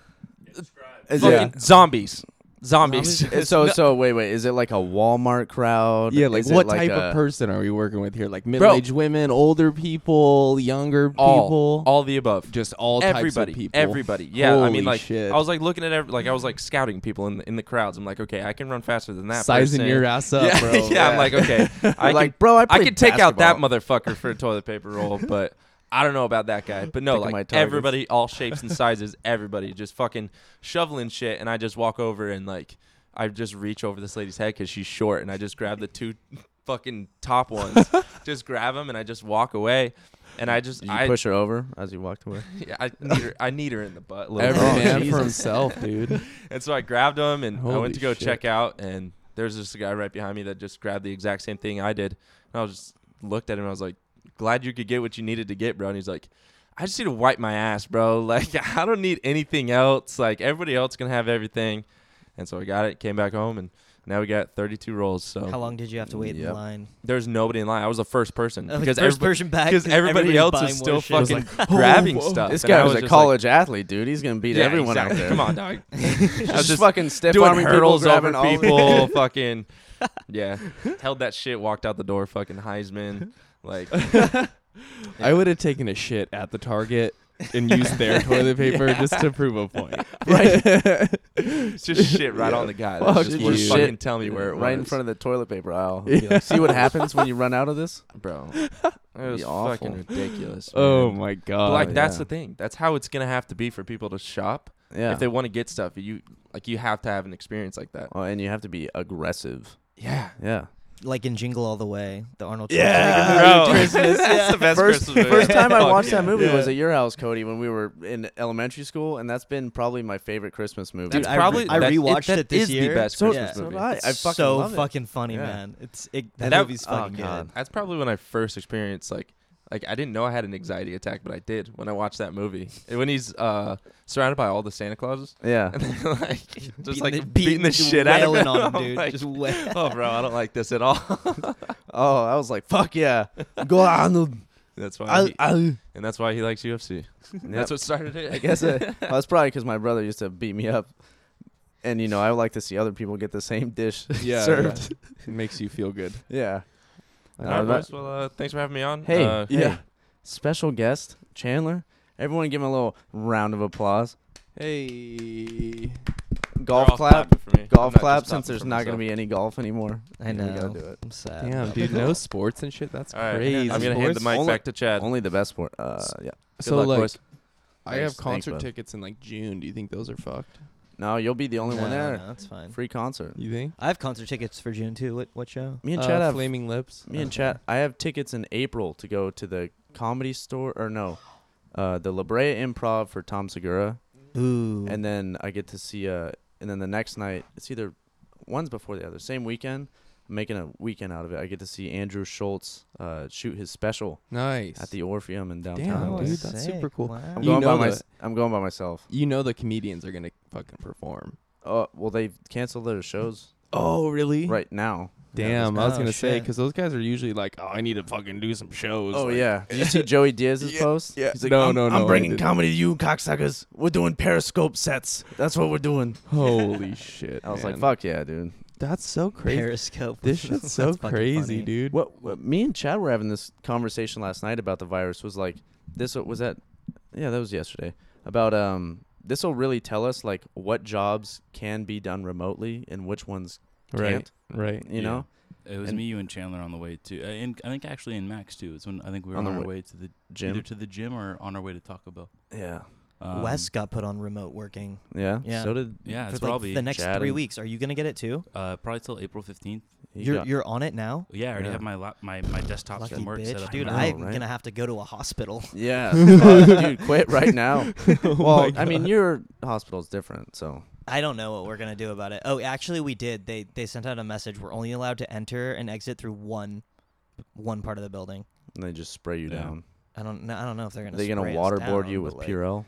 Is it-
Fucking zombies. Zombies.
is- so so wait wait is it like a Walmart crowd?
Yeah, like
Oh, Is it
what type
a-
of person are we working with here? Like middle-aged women, older people, younger people,
all, all the above.
just all types
everybody,
of people.
everybody. Yeah, I
Holy
mean, like
shit.
I was like looking at every, like I was like scouting people in the, in the crowds. I'm like, okay, I can run faster than that.
sizing
person.
your ass up,
yeah,
bro.
yeah, I'm like, okay, I
You're
like,
like bro, I,
I
played
can take out that
basketball."
motherfucker for a toilet paper roll, but I don't know about that guy. But no,
Picking my
like
targets.
everybody, all shapes and sizes, everybody just fucking shoveling shit, and I just walk over and like I just reach over this lady's head because she's short, and I just grab the two fucking top ones, just grab them, and I just walk away. And I just
Did you
I
push her over as you walked away?
yeah, I need her. I need her in the butt. a little
Every
bit.
Oh,
man
Jesus.
for himself, dude.
And so I grabbed him and I
Holy
went to go
shit.
check out, and there's just a guy right behind me that just grabbed the exact same thing I did. And I was just looked at him. and I was like, "Glad you could get what you needed to get, bro." And he's like, "I just need to wipe my ass, bro. Like I don't need anything else. Like everybody else can have everything." And so I got it, came back home, and now we got 32 rolls.
How
So
long did you have to wait
Yep.
in line?
there's nobody in line. I was the first person
Uh,
because
first
everybo-
person back
because everybody
everyboody
else
buying
is
more
still
shit.
fucking grabbing stuff.
This
And I
guy was, a
just like,
college athlete, dude. He's gonna beat
Yeah,
everyone
exactly.
out there.
Come on, dog.
Just,
I was just
fucking stiff
doing
arming
hurdles
people,
over
grabbing all-
people. fucking yeah, held that shit, walked out the door. Fucking Heisman, like
I would have taken a shit at the Target and used their toilet paper just to prove a point. Right.
just shit right on the guy. That's
Fuck
just
you.
wouldn't
Shit.
fucking tell me where it was.
right in front of the toilet paper aisle. Be like, See what happens when you run out of this,
bro. It was
awful.
fucking ridiculous.
oh
man.
my
But,
god.
like that's
yeah.
the thing. That's how it's gonna have to be for people to shop
Yeah.
if they want to get stuff. You like you have to have an experience like that.
oh, and you have to be aggressive.
Yeah.
Yeah.
Like in Jingle All the Way, the Arnold.
Yeah.
Schwarzenegger
Oh. Bro.
movie.
Christmas,
That's the best
first,
Christmas movie.
first time I
Fuck
watched
yeah.
that movie was
Yeah.
at your house, Cody, when we were in elementary school, and that's been probably my favorite Christmas movie.
Dude,
That's
I re-
probably
I
that- it-
rewatched
that
it this
is the
year.
best
So-
Christmas
yeah.
movie.
I, I fucking
so
love it.
fucking funny,
Yeah.
man. It's it, that,
That-
movie's
oh,
fucking
God.
good.
That's probably when I first experienced like like I didn't know I had an anxiety attack, but I did when I watched that movie. And When he's uh surrounded by all the Santa Clauses
Yeah.
and they're like just
Beating
like
the-
beating, the shit out of
wailing
him.
on him,
I'm
dude.
like,
Just wail.
oh, bro, I don't like this at all.
Oh, I was like, fuck yeah. Go on.
that's why,
I,
he,
I,
and that's why he likes UFC. That's what started it.
I guess it, well, that's probably because my brother used to beat me up. And, you know, I like to see other people get the same dish
yeah,
served.
yeah. It makes you feel good.
Yeah.
All right,
Uh, that-
boys, well, uh, thanks for having me on.
Hey,
uh,
yeah. special guest, Chandler. Everyone give him a little round of applause.
Hey.
Golf clap.
For me.
Golf clap since there's not going to be any golf anymore.
I
Yeah,
know.
We got to do it.
I'm sad.
Damn,
about
dude,
that.
no sports and shit. That's
All right.
crazy.
I'm gonna hand the mic
Only-
back to Chad.
Only the best sport. Uh, yeah. Good
so
luck,
like,
boys.
I have
Thanks, thanks,
concert
bud.
tickets in like June. Do you think those are fucked?
No, you'll be the only
No,
one there.
no, that's fine.
Free concert.
You think?
I have concert tickets for June too. What what show?
Me and
Uh,
Chad have.
flaming lips.
Me and Chad. I have tickets in April to go to the comedy store or no, uh, the La Brea Improv for Tom Segura,
Mm-hmm.
Ooh.
and then I get to see uh, and then the next night it's either one's before the other, same weekend. I'm making a weekend out of it. I get to see Andrew Schultz uh, shoot his special
Nice.
at the Orpheum in downtown.
Damn,
Oh,
LA.
dude, that's super cool.
I'm
You
going
know
by my,
the-
I'm going by myself.
you know the comedians are gonna fucking perform.
Oh well, they canceled their shows
Oh really?
right now.
Damn, I was
Oh,
gonna say
shit.
because those guys are usually like, oh, I need to fucking do some shows.
Oh
like-
yeah. Did you see Joey Diaz's post?
yeah.
He's like,
No,
I'm,
no, no, I
I'm bringing
didn't.
comedy to you, cocksuckers. We're doing Periscope sets. That's what we're doing.
Holy shit!
I was like,
man.
fuck yeah, dude.
That's so crazy.
Periscope.
This shit's so
That's fucking
crazy,
funny.
dude.
What, what? Me and Chad were having this conversation last night about the virus. Was like, this was that? Yeah, that was yesterday. About um, this will really tell us like what jobs can be done remotely and which ones
Right.
can't.
Right.
You know.
It was
And-
me, you, and Chandler on the way to, uh, and I think actually in Max too. It's when I think we were
On
on,
the
our
wa-
way to the either
Jim.
to the gym or on our way to Taco Bell.
Yeah.
Um,
Wes got put on remote working
Yeah.
Yeah.
So did
yeah,
for
it's
like
probably
the next
Chad
three
and-
weeks. Are you gonna get it too?
uh, probably till April fifteenth.
he
you're
got-
you're on it now.
Yeah, I already
Yeah.
have my lap, my my desktop
Lucky
from work set
bitch,
up.
dude.
know,
I'm
right?
gonna have to go to a hospital.
yeah. Fuck, dude, quit right now.
Oh
well, I mean, your hospital's different, so
I don't know what we're gonna do about it. Oh, actually, we did. They they sent out a message. We're only allowed to enter and exit through one one part of the building.
and they just spray you
Yeah.
down.
I don't know. I don't know if they're
Are
gonna.
they gonna
spray us
waterboard
down,
you
but,
with
like,
Purell?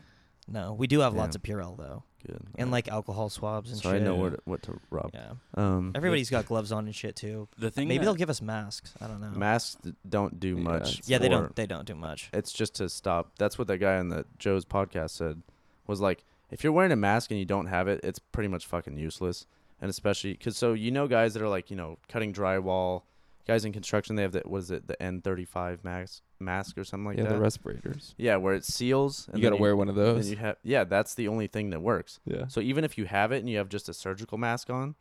No, we do have lots
Yeah.
of Purell though,
Good.
and
Alright.
like alcohol swabs and
so I
shit.
know where to, what to rub.
Yeah,
Um,
everybody's got gloves on and shit too.
The thing
Maybe
that-
they'll give us masks. I don't know.
masks d- don't do
Yeah,
much.
yeah, they
for-
don't. They don't do much.
It's just to stop. That's what that guy on the Joe's podcast said. Was like, if you're wearing a mask and you don't have it, it's pretty much fucking useless. And especially because so you know guys that are like you know cutting drywall, guys in construction they have that what is it the N35 mask mask or something like
yeah,
that.
the respirators.
yeah, where it seals.
You
then
gotta wear one of
then
those.
you have yeah, that's the only thing that works.
Yeah.
So even if you have it and you have just a surgical mask on,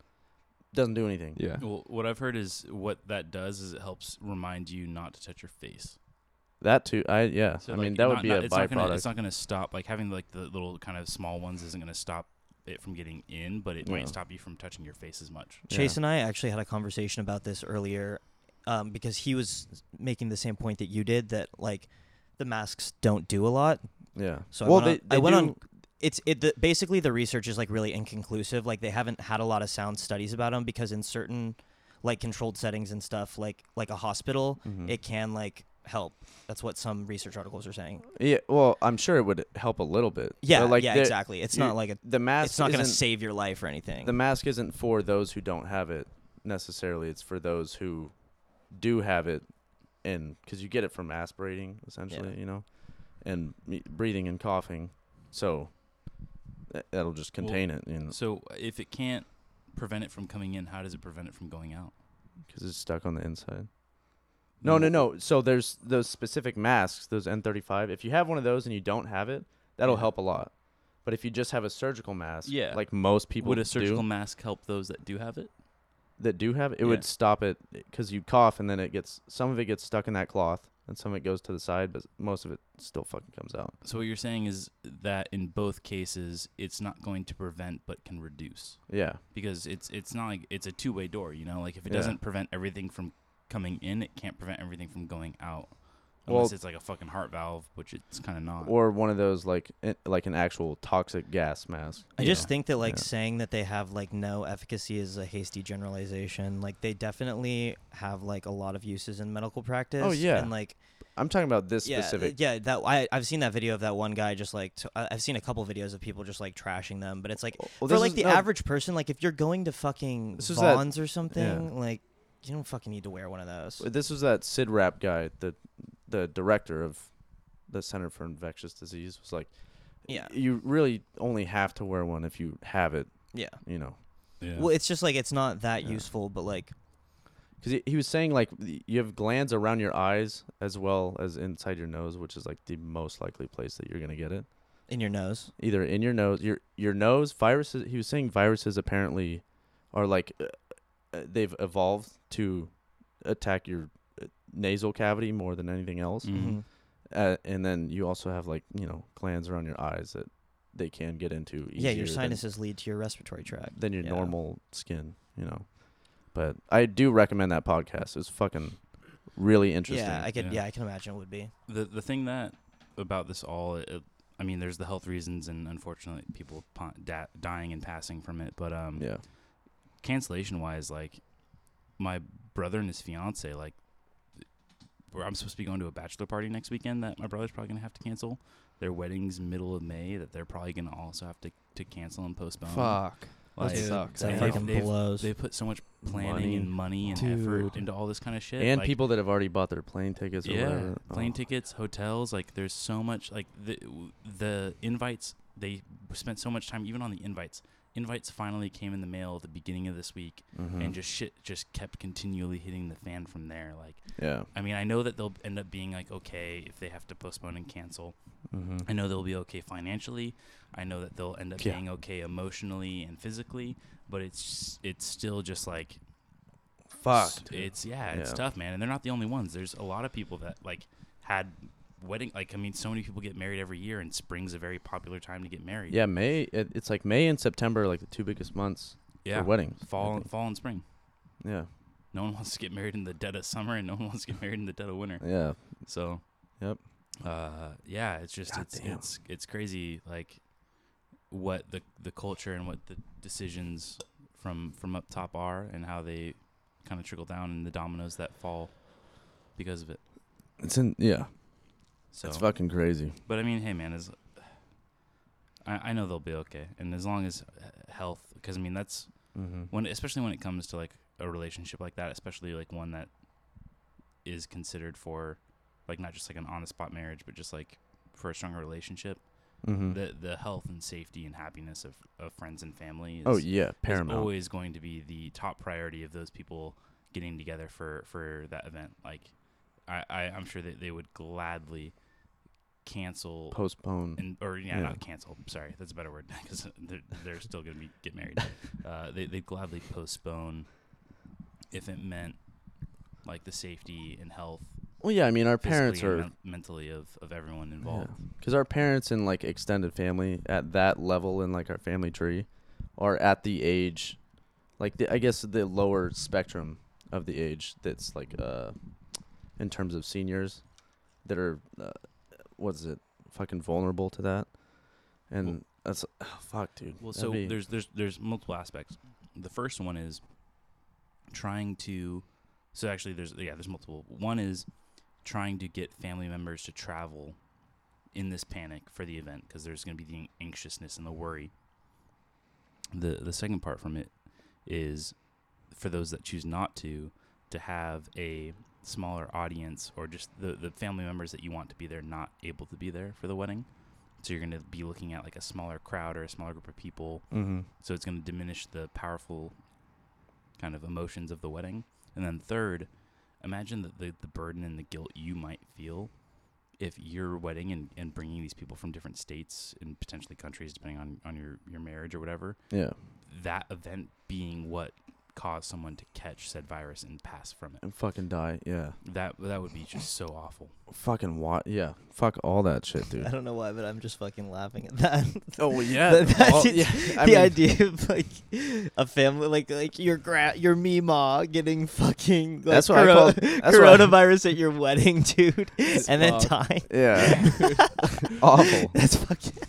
doesn't do anything.
Yeah.
Well, what I've heard is what that does is it helps remind you not to touch your face.
That too. I yeah.
So,
I
like,
mean that
not-
would be
not-
a
it's
byproduct.
Not gonna, it's not going to stop like having like the little kind of small ones isn't going to stop it from getting in, but it
Yeah.
might stop you from touching your face as much.
Yeah.
Chase and I actually had a conversation about this earlier um, because he was making the same point that you did that like the masks don't do a lot.
yeah.
So I went, on, I went on. It's it the, basically the research is like really inconclusive. Like they haven't had a lot of sound studies about them because in certain like controlled settings and stuff, like like a hospital,
Mm-hmm.
Mhm.
it can like help. That's what some research articles are saying.
Yeah, well, I'm sure it would help a little bit. But,
Yeah,
like
yeah,
the-
exactly. It's
you-
not like a.
the mask.
It's not going to
isn't-
save your life or anything.
the mask isn't for those who don't have it necessarily. It's for those who do have it, and because you get it from aspirating essentially, you know, and me- breathing and coughing. So tha- that'll just
Well,
contain it, you know,
So if it can't prevent it from coming in, how does it prevent it from going out?
because it's stuck on the inside. No, no, no. So there's those specific masks, those N35. If you have one of those and you don't have it, that'll
Yeah.
help a lot. But if you just have a surgical mask,
Yeah.
like most people
Would a
do,
surgical mask help those that do have it?
that do have it, it
Yeah.
would stop it because you cough and then it gets some of it gets stuck in that cloth and some of it goes to the side, but most of it still fucking comes out.
So what you're saying is that in both cases, it's not going to prevent, but can reduce
Yeah,
because it's it's not like it's a two way door. You know, like if it
Yeah.
doesn't prevent everything from coming in, it can't prevent everything from going out.
Well-
Unless it's like a fucking heart valve, which it's kind of not.
or one of those like i like an actual toxic gas mask.
I
Yeah.
just think that like
Yeah.
saying that they have like no efficacy is a hasty generalization. Like they definitely have like a lot of uses in medical practice.
Oh, yeah.
and like
I'm talking about this
yeah,
specific.
yeah. That I I've seen that video of that one guy just like t- I- I've seen a couple videos of people just like trashing them. But it's like
Well,
for
this
like
is-
the
no,
average person, like if you're going to fucking
This is that-
Vons or something, like you don't fucking need to wear one of those.
This was that Sid Rap guy, the the director of the Center for Infectious Disease, was like,
Yeah.
you really only have to wear one if you have it.
yeah.
You know,
Yeah.
Well, it's just like it's not that
Yeah.
useful, but like
because he, he was saying like y- you have glands around your eyes as well as inside your nose, which is like the most likely place that you're gonna get it.
in your nose.
Either in your nose, your your nose viruses. He was saying viruses apparently are like uh, uh, they've evolved to attack your uh, nasal cavity more than anything else.
Mm-hmm.
hmm
Uh, and then you also have like you know glands around your eyes that they can get into.
Yeah, your
easier than-
sinuses lead to your respiratory tract.
than your
Yeah.
normal skin, you know. But I do recommend that podcast. It's fucking really interesting.
Yeah, I could.
Yeah.
Yeah. I can imagine it would be.
the the thing that about this all, it, it- I mean, there's the health reasons and unfortunately people pa- da- dying and passing from it. But um,
Mm, yeah.
cancellation wise, like my brother and his fiance, like where I'm supposed to be going to a bachelor party next weekend that my brother's probably gonna have to cancel. Their wedding's middle of May that they're probably gonna also have to, to cancel and postpone.
Fuck.
Like,
Dude,
sucks,
That
man.
fucking
They've-
blows.
They put so much planning
Money.
and money and
Dude.
effort into all this kind of shit.
And
like,
people that have already bought their plane tickets or
yeah,
whatever.
plane
Oh.
tickets, hotels. Like, there's so much. Like the w- the invites. They spent so much time even on the invites. Invites finally came in the mail at the beginning of this week,
Mhm.
and just shit just kept continually hitting the fan from there. Like,
yeah.
I mean, I know that they'll end up being like okay if they have to postpone and cancel.
Mm-hmm.
I know they'll be okay financially. I know that they'll end up
Yeah.
being okay emotionally and physically. But it's it's still just like s-
Fuck.
It's yeah, it's
Yeah.
tough, man. And they're not the only ones. There's a lot of people that like had wedding. Like I mean, so many people get married every year, and spring's a very popular time to get married.
Yeah, May. It, it's like May and September, are like the two biggest months
yeah.
for weddings. I
fall,
think.
fall and spring.
Yeah.
No one wants to get married in the dead of summer, and no one wants to get married in the dead of winter.
Yeah.
So,
Yep.
Uh, yeah, it's just
God
it's
damn.
it's it's crazy. Like what the the culture and what the decisions from from up top are, and how they kind of trickle down, and the dominoes that fall because of it.
It's in. Yeah.
So
It's fucking crazy.
But I mean, hey, man, is I, I know they'll be okay, and as long as uh, health, because I mean, that's
Mm-hmm.
when, especially when it comes to like a relationship like that, especially like one that is considered for, like not just like an on the spot marriage, but just like for a stronger relationship,
Mm-hmm.
the the health and safety and happiness of, of friends and family. Is,
oh yeah,
is
Paramount.
always going to be the top priority of those people getting together for for that event. Like, I, I I'm sure that they would gladly cancel
Postpone.
and or yeah,
Yeah.
not cancel. Sorry, that's a better word because they're, they're still going to be get married. Uh, they they'd gladly postpone if it meant like the safety and health.
Well, yeah. I mean, our
physically
parents
and
are
men- mentally of of everyone involved.
because our parents and like extended family at that level in like our family tree are at the age like the, i guess the lower spectrum of the age that's like uh in terms of seniors that are uh, what's it fucking vulnerable to that and
Well-
that's oh, fuck dude
Well,
That'd
so
be-
there's there's there's multiple aspects. The first one is trying to. So actually, there's yeah, there's multiple. One is trying to get family members to travel in this panic for the event because there's going to be the anxiousness and the worry. The the second part from it is for those that choose not to to have a smaller audience or just the the family members that you want to be there not able to be there for the wedding. So you're going to be looking at like a smaller crowd or a smaller group of people.
Mhm.
So it's going to diminish the powerful kind of emotions of the wedding. And then third, imagine the, the, the burden and the guilt you might feel if your wedding and, and bringing these people from different states and potentially countries, depending on, on your, your marriage or whatever,
yeah
that event being what caused someone to catch said virus and pass from it.
and fucking die yeah
That, that would be just so awful.
fucking what yeah fuck all that shit dude
I don't know why, but I'm just fucking laughing at that.
oh well, yeah
That- that's
all-
just-
yeah, I
the
mean,
idea of like a family, like like your gra- your meemaw getting fucking like,
That's what I
coro-
call- that's what I-
coronavirus at your wedding, dude, and then dying.
yeah awful
That's fucking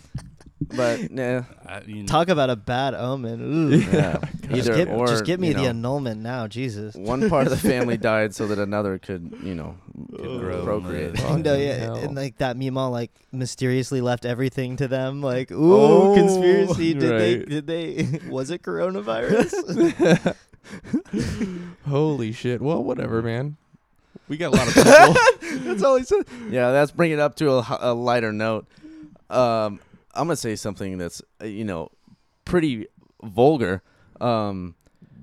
but nah
I mean,
talk about a bad omen. Ooh.
yeah
Just
either
give,
or
just give me
you
the
know,
annulment now, Jesus.
one part of the family died so that another could, you know,
grow and
procreate.
live.
no, yeah,
hell.
and like that Meemaw like mysteriously left everything to them. Like, ooh,
Oh,
conspiracy. Did
right.
they? Did they? was it coronavirus?
Holy shit. Well, whatever, man. We got a lot of people.
That's all he said. Yeah, that's bringing it up to a, h- a lighter note. Um, I'm gonna say something that's, uh, you know, pretty vulgar. Um,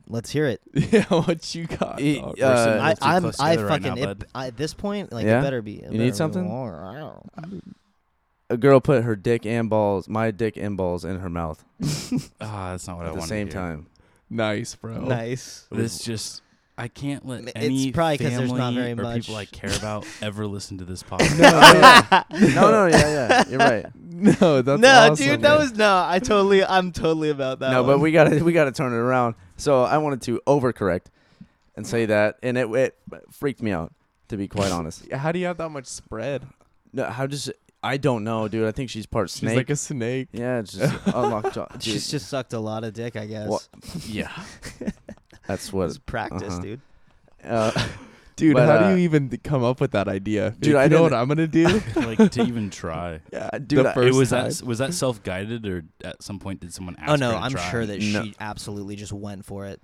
Let's hear it.
yeah, what you got?
E-
dog?
uh,
sitting
I,
real too
I'm,
close
I
together right
fucking.
now,
it,
bud.
I, at this point, like
Yeah?
it better be. It
You
better
need
be
something?
more.
a girl put her dick and balls, my dick and balls, in her mouth
Ah, that's not what I
at
wanted.
the
to
same
hear.
time.
nice, bro.
Nice.
This just I can't let
It's
any
probably 'cause
family
there's not very
or people I
much-
care about ever listen to this podcast.
no, no, yeah, yeah, you're right.
No, that's
no,
awesome,
dude, that
man.
was no. I totally, I'm totally about that.
no,
one.
but we gotta we gotta turn it around. So I wanted to overcorrect and say that, and it it freaked me out to be quite honest.
How do you have that much spread?
No, how does I don't know, dude. I think she's part
She's
snake.
like a snake.
yeah, it's just unlocked. jaw- Dude,
she's just sucked a lot of dick, I guess.
What- yeah, that's
It
what.
was practice,
uh-huh.
dude.
Uh,
Dude,
But,
how
uh,
do you even th- come up with that idea?
Dude,
you
I
know what
didn't-
I'm gonna do?
like to even try.
yeah, uh, dude.
Uh,
I-
first
it was
time.
that was that self guided or at some point did someone ask?
Oh no,
her to
I'm
try?
sure that
No.
she absolutely just went for it.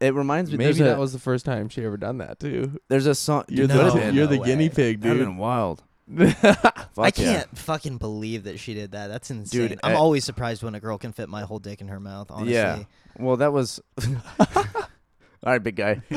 it reminds me.
Maybe
there's
that
a,
was the first time she ever done that too.
There's a song.
You're
No,
the you're the
no
guinea
way.
pig,
That'd
dude.
been wild. Fuck
I
yeah.
can't fucking believe that she did that. That's insane.
Dude,
I'm
I-
always surprised when a girl can fit my whole dick in her mouth. Honestly,
Yeah. Well, that was. All right, big guy.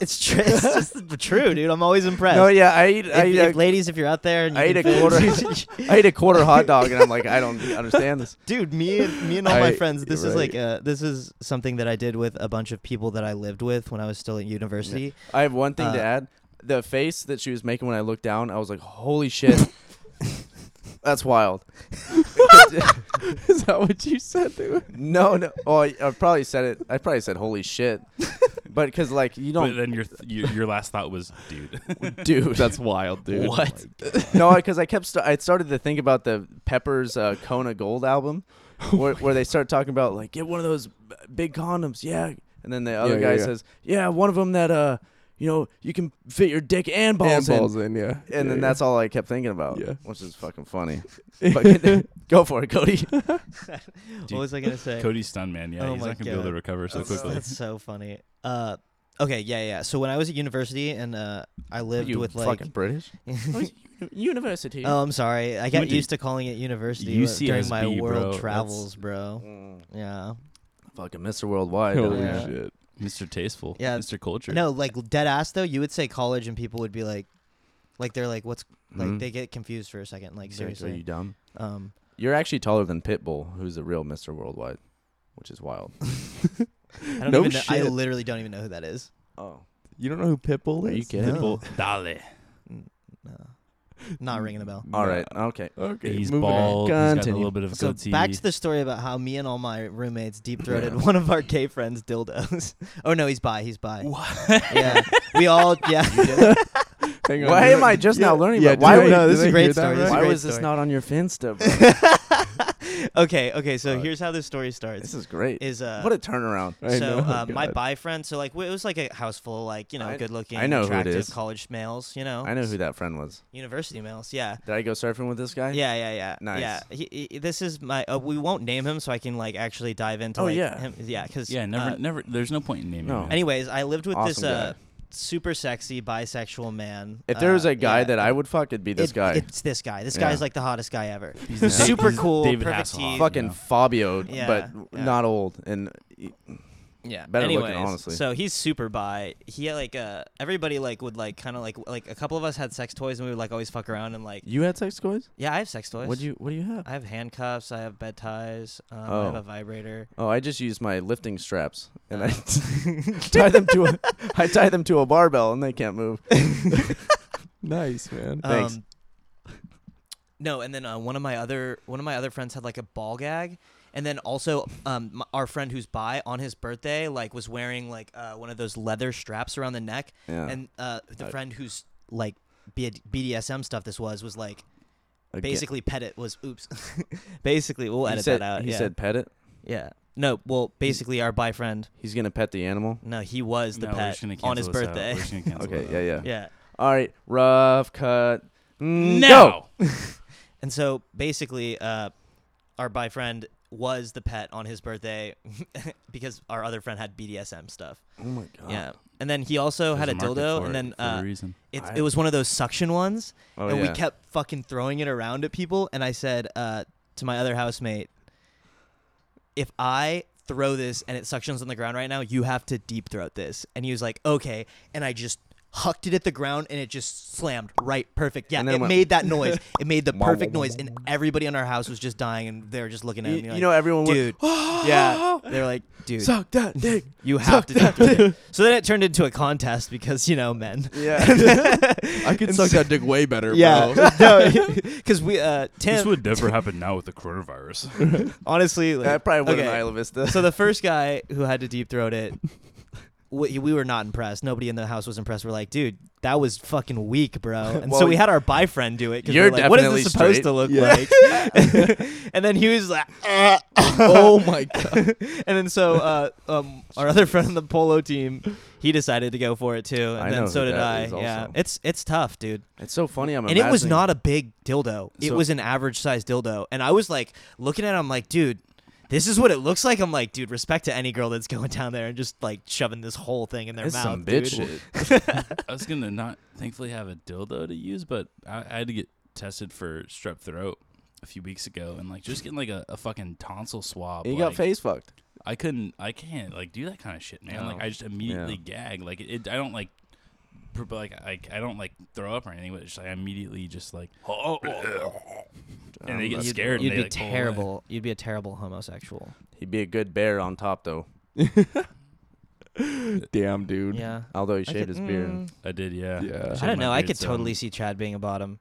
it's true. It's just true, dude. I'm always impressed.
No, yeah, I eat.
If-
I eat,
if-
a,
ladies, if you're out there, and you
I ate
can
a
fit-
quarter- I eat a quarter hot dog, and I'm like, I don't understand this.
dude me and me and all
I-
my friends this is
right.
like uh, this is something that i did with a bunch of people that i lived with when i was still at university
I have one thing to
Uh,
add. The face that she was making when I looked down, I was like, holy shit. That's wild.
Is that what you said to her?
No, no. Oh, I, I probably said it. I probably said, holy shit. But because, like, you
But
don't.
then your, th- your your last thought was, dude.
Dude.
uh, That's wild, dude. Oh
What? no, because I kept. St- I started to think about the Peppers uh, Kona Gold album, where, where they start talking about like get one of those b- big condoms, yeah. And then the other
yeah,
guy
yeah.
says, yeah, one of them that uh, you know, you can fit your dick and balls,
Balls,
in.
balls in, yeah.
And
Yeah,
then
yeah.
that's all I kept thinking about,
Yeah.
which is fucking funny. But go for it, Cody.
what was i gonna say
Cody stunned man. Yeah,
Oh
he's
my
not gonna be able to
God.
recover so
that's,
quickly.
that's so funny uh okay yeah yeah so when i was at university and uh i lived
you
with like
fucking British Uh, university.
oh i'm sorry i got
Woody.
used to calling it university uh, during my
UCSB, bro.
world
That's-
travels bro yeah
Fucking Mr. Worldwide.
Holy
uh,
Yeah.
shit.
Mr. Tasteful.
Yeah.
Mr. Culture.
no like dead ass though you would say college and people would be like like they're like what's like
Mhm.
they get confused for a second like
Like, seriously, are you
seriously
dumb?
um
You're actually taller than Pitbull, who's the real Mr. Worldwide, which is wild.
I don't
No
even know, I
shit.
literally don't even know who that is.
Oh.
You don't know who Pitbull
Are
is?
you kidding?
No.
Dale.
No. Not ringing a bell.
All right. Okay.
Okay.
He's
moving on.
bald. He's got a
Continue.
little bit of
So
goatee.
back to the story about how me and all my roommates deep throated one of our gay friends dildos. oh no, he's bi. He's bi.
What?
Yeah, we all. Yeah,
Hang on.
Why
did
am I just
yeah,
now learning
yeah,
about? Why,
did I-
would,
no, this
is a
did I
great
hear that
story. This is
why
a great
was this
story.
not on your Finsta? bro?
okay, okay. So
Fuck.
here's how this story starts:
this is great.
is uh,
what a turnaround.
I
so
know,
uh, my
God.
bi friend. So like w- it was like a house full of like you know
I-
good looking,
I know who it
attractive
is.
college males. You know,
I know who that friend was.
university males. Yeah.
Did I go surfing with this guy?
Yeah, yeah, yeah.
Nice.
Yeah, he, he- this is my. Uh, we won't name him, so I can like actually dive into.
Oh,
like,
yeah.
him, yeah, because
Yeah, never, never. There's no point in naming
No.
him.
uh, Anyways, I lived with this
Awesome guy.
uh, super sexy bisexual man.
If there was
uh,
a guy
yeah.
that I would fuck, it'd be this
It-
guy.
it's this guy. This
Yeah.
guy's like the hottest guy ever.
He's the-
super
he's
cool,
David
perfect
Hasselhoff,
teeth.
Fucking
you know?
Fabio,
Yeah,
but
yeah.
not old and
Yeah,
better looking,
Anyways,
honestly.
So he's super bi. He had, like uh, everybody like would like kind of like like a couple of us had sex toys and we would like always fuck around and like
you had sex toys?
yeah I have sex toys.
What do you What do you have?
I have handcuffs. I have bed ties. Um, I have
Oh.
a vibrator.
Oh, I just used my lifting straps and I
Oh.
tie them to a I tie them to a barbell and they can't move.
Nice, man.
Thanks.
Um, no, and then uh, one of my other one of my other friends had like a ball gag, and then also um, m our friend who's bi on his birthday like was wearing like uh, one of those leather straps around the neck,
Yeah.
and uh, the
I-
friend who's like B- BDSM stuff this was was like
Again.
basically pet it was oops, basically we'll
He
edit
said-
that out.
He
yeah.
said pet it.
yeah. No, well, basically our bi friend.
He's gonna pet the animal.
No, he was the
No, we're
pet
just gonna
on
cancel
his
this out.
birthday.
We're just gonna cancel
Okay,
that
yeah,
out.
yeah,
yeah.
All right, rough cut. Mm, go.
No.
And so basically, uh, our bi friend was the pet on his birthday because our other friend had BDSM stuff.
Oh my god.
Yeah. And then he also had a
There's market
dildo,
for
and
it
then
for a
uh,
reason.
it,
I-
it was one of those suction ones,
Oh,
and we
yeah.
kept fucking throwing it around at people. And I said uh, to my other housemate, if I throw this and it suctions on the ground right now. You have to deep throat this." And he was like, "Okay." And I just hucked it at the ground and it just slammed right perfect. Yeah,
And then
it
went-
made that noise. It made the
Wah, wah,
perfect
wah,
noise,
wah,
and everybody in our house was just dying, and they were just looking at
You,
me.
you
like,
know, everyone "Ah!" would
dude. yeah, they were like, "Dude,
suck that dick.
you have to." Deep throat it. So then it turned into a contest because you know men.
yeah.
I could suck that dick way better, bro.
because we uh
This
Tim
would never happen now with the coronavirus.
honestly like,
that probably would have
okay.
been Isla Vista.
so the first guy who had to deep throat it we, we were not impressed nobody in the house was impressed we're like dude that was fucking weak bro and so
Well,
we had our bi friend do it 'cause
you're
we're like, what is
definitely
this supposed
straight."
to look
Yeah.
like and then he was like "Ah."
oh my god.
and then so uh, um, our other friend on the polo team he decided to go for it too and
I
then
know
so
who
did
that
i
is
yeah
also.
it's it's tough dude
it's so funny. I'm
and it was
imagining-
not a big dildo. It
So-
was an average sized dildo. And I was like looking at it, I'm like, dude, this is what it looks like. I'm like, dude, respect to any girl that's going down there and just like shoving this whole thing in their
That's
mouth.
some
dude.
bitch shit.
I was gonna not thankfully have a dildo to use, but I, I had to get tested for strep throat a few weeks ago, and like just getting like a, a fucking tonsil swab.
You
like,
got face fucked.
I couldn't. I can't like do that kind of shit, man.
Oh,
Like
No.
I just immediately gag. Like it, I don't like. pr- But like I, I don't like throw up or anything, but it's just like I immediately just like oh, and they get
Um, You'd,
scared.
you'd be
and they, like, pull away.
terrible. You'd be a terrible homosexual.
He'd be a good bear on top though.
Damn, dude.
Yeah.
Although he
I
shaved
could-
his beard.
mm,
I did, yeah.
Yeah.
I don't know. I could
So-
totally see Chad being a bottom.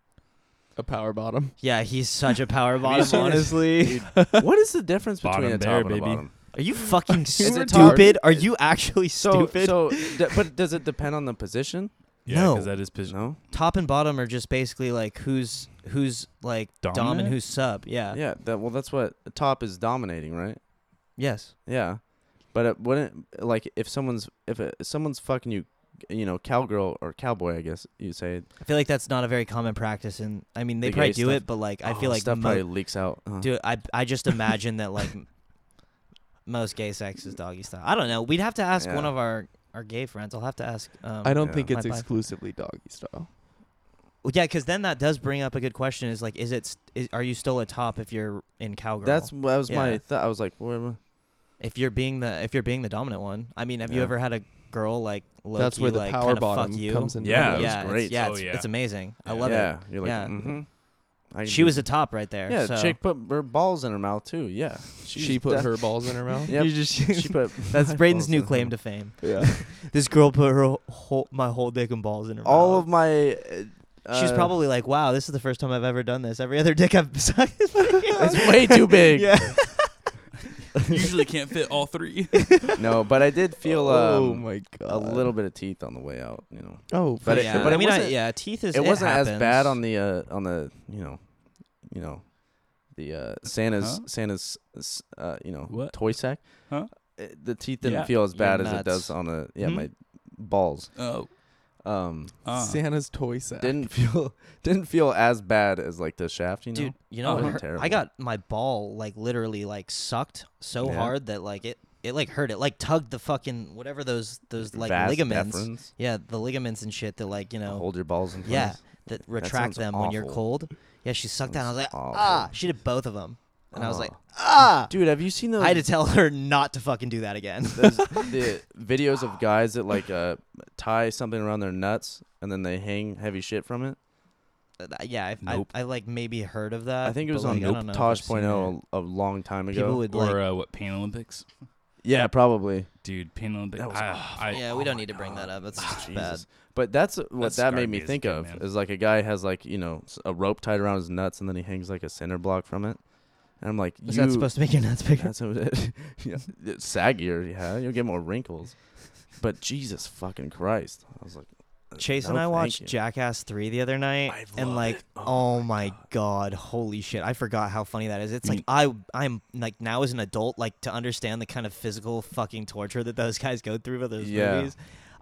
A power bottom.
Yeah, he's such a power bottom.
seen his-
Honestly,
what is the difference between
Bottom
a top
bear,
and a
baby.
bottom?
are you fucking
retarded?
stupid? Are you actually
So,
stupid?
so, d- but does it depend on the position?
Yeah,
No.
because that is pis-
No.
Top and bottom are just basically like who's who's like dom and
Dominant?
who's sub. Yeah.
Yeah. That, well, that's what the top is dominating, right?
Yes.
Yeah. But it wouldn't like if someone's if it, someone's fucking you, you know, cowgirl or cowboy, I guess you say.
I feel like that's not a very common practice, and I mean they
The
probably
gay
do
stuff.
it, but like I
Oh,
feel like
stuff
mo-
probably leaks out. huh?
dude, I I just imagine that like m- most gay sex is doggy style. I don't know. We'd have to ask one
Yeah.
of our our gay friends. I'll have to ask. Um,
I don't
Yeah.
think it's
My bi-
exclusively doggy style.
well, yeah, because then that does bring up a good question: is like, is it st- is, are you still a top if you're in cowgirl?
that's that was
Yeah.
my thought. I was like, what am I-
if you're being the if you're being the dominant one. I mean, have you
Yeah.
ever had a girl like low
That's where the
like,
power
kinda
bottom
fuck you?
comes in.
Yeah,
Yeah,
That was
it's-
great.
yeah,
Oh,
it's,
yeah.
it's amazing. I
Yeah.
love
yeah.
it.
You're like,
Yeah.
mm-hmm. I can
She
do
was a
that."
top right there.
yeah.
so.
Chick put her balls in her mouth too. Yeah.
She put her balls in her mouth.
Yep.
You just-
she put.
That's Braden's
balls
new
in her
claim
mouth.
to fame.
Yeah.
This girl put her whole, my whole dick and balls in her
all
mouth.
of my. Uh,
She's
uh,
probably like, "Wow, this is the first time I've ever done this. Every other dick I've sucked." is
It's way too big.
Yeah.
usually can't fit all three.
No, but I did feel
oh
um,
my god.
a little bit of teeth on the way out. You know,
Oh,
But it-
yeah.
but
I
it
mean, I,
wasn't-
yeah, teeth is
it wasn't as
happens.
bad on the uh, on the you know, you know, the uh, Santa's Santa's s- uh, you know
What?
toy sack.
Huh?
Uh, The teeth didn't
Yeah.
feel as
Your
bad as
nuts.
it does on a yeah
Hmm?
my balls.
Oh,
Um,
uh,
Santa's toy set.
didn't feel didn't feel as bad as like the shaft. You know,
dude. You know,
Oh,
it
they're
hurt- I
terrible.
got my ball like literally like sucked so
Yeah.
hard that like it it like hurt. It like tugged the fucking whatever those those like
Vas
ligaments.
deferens,
Yeah, the ligaments and shit that like you know
hold your balls in place.
Yeah, that retract
sounds
them when you're
awful.
cold. Yeah, she sucked that. and I was like,
Sounds awful.
ah, she did both of them, and I was
Oh.
like, ah.
Dude, have you seen those?
I had to tell her not to fucking do that again.
those the videos of guys that like uh tie something around their nuts and then they hang heavy shit from it.
uh, yeah, I,
Nope.
I, I like maybe heard of that.
I think it
but,
was
like,
on
I don't know if I've
Tosh
seen
Point
it.
oh a a long time ago.
People would
or
like.
uh, what? Pan Olympics,
yeah, probably.
dude. Pan Olympics.
That was
I, I,
yeah, we don't need to bring that up. That's just bad.
Oh Jesus. But that's what
That
that
scarred
made me
me as a
think
kid,
of
man.
is like a guy has like you know s- a rope tied around his nuts and then he hangs like a cinder block from it, and I'm like,
Is
you,
that supposed to make your nuts bigger?
that's what it, yeah, it's saggier, yeah, you'll get more wrinkles. But Jesus fucking Christ, I was like, uh,
Chase
no,
and I
thank
watched
you.
Jackass three the other night,
I
and
love
like,
it.
oh,
Oh
my god. holy shit! I forgot how funny that is. It's
You
Mm.
like I, I'm like now as an adult, like to understand the kind of physical fucking torture that those guys go through for those
Yeah.
movies.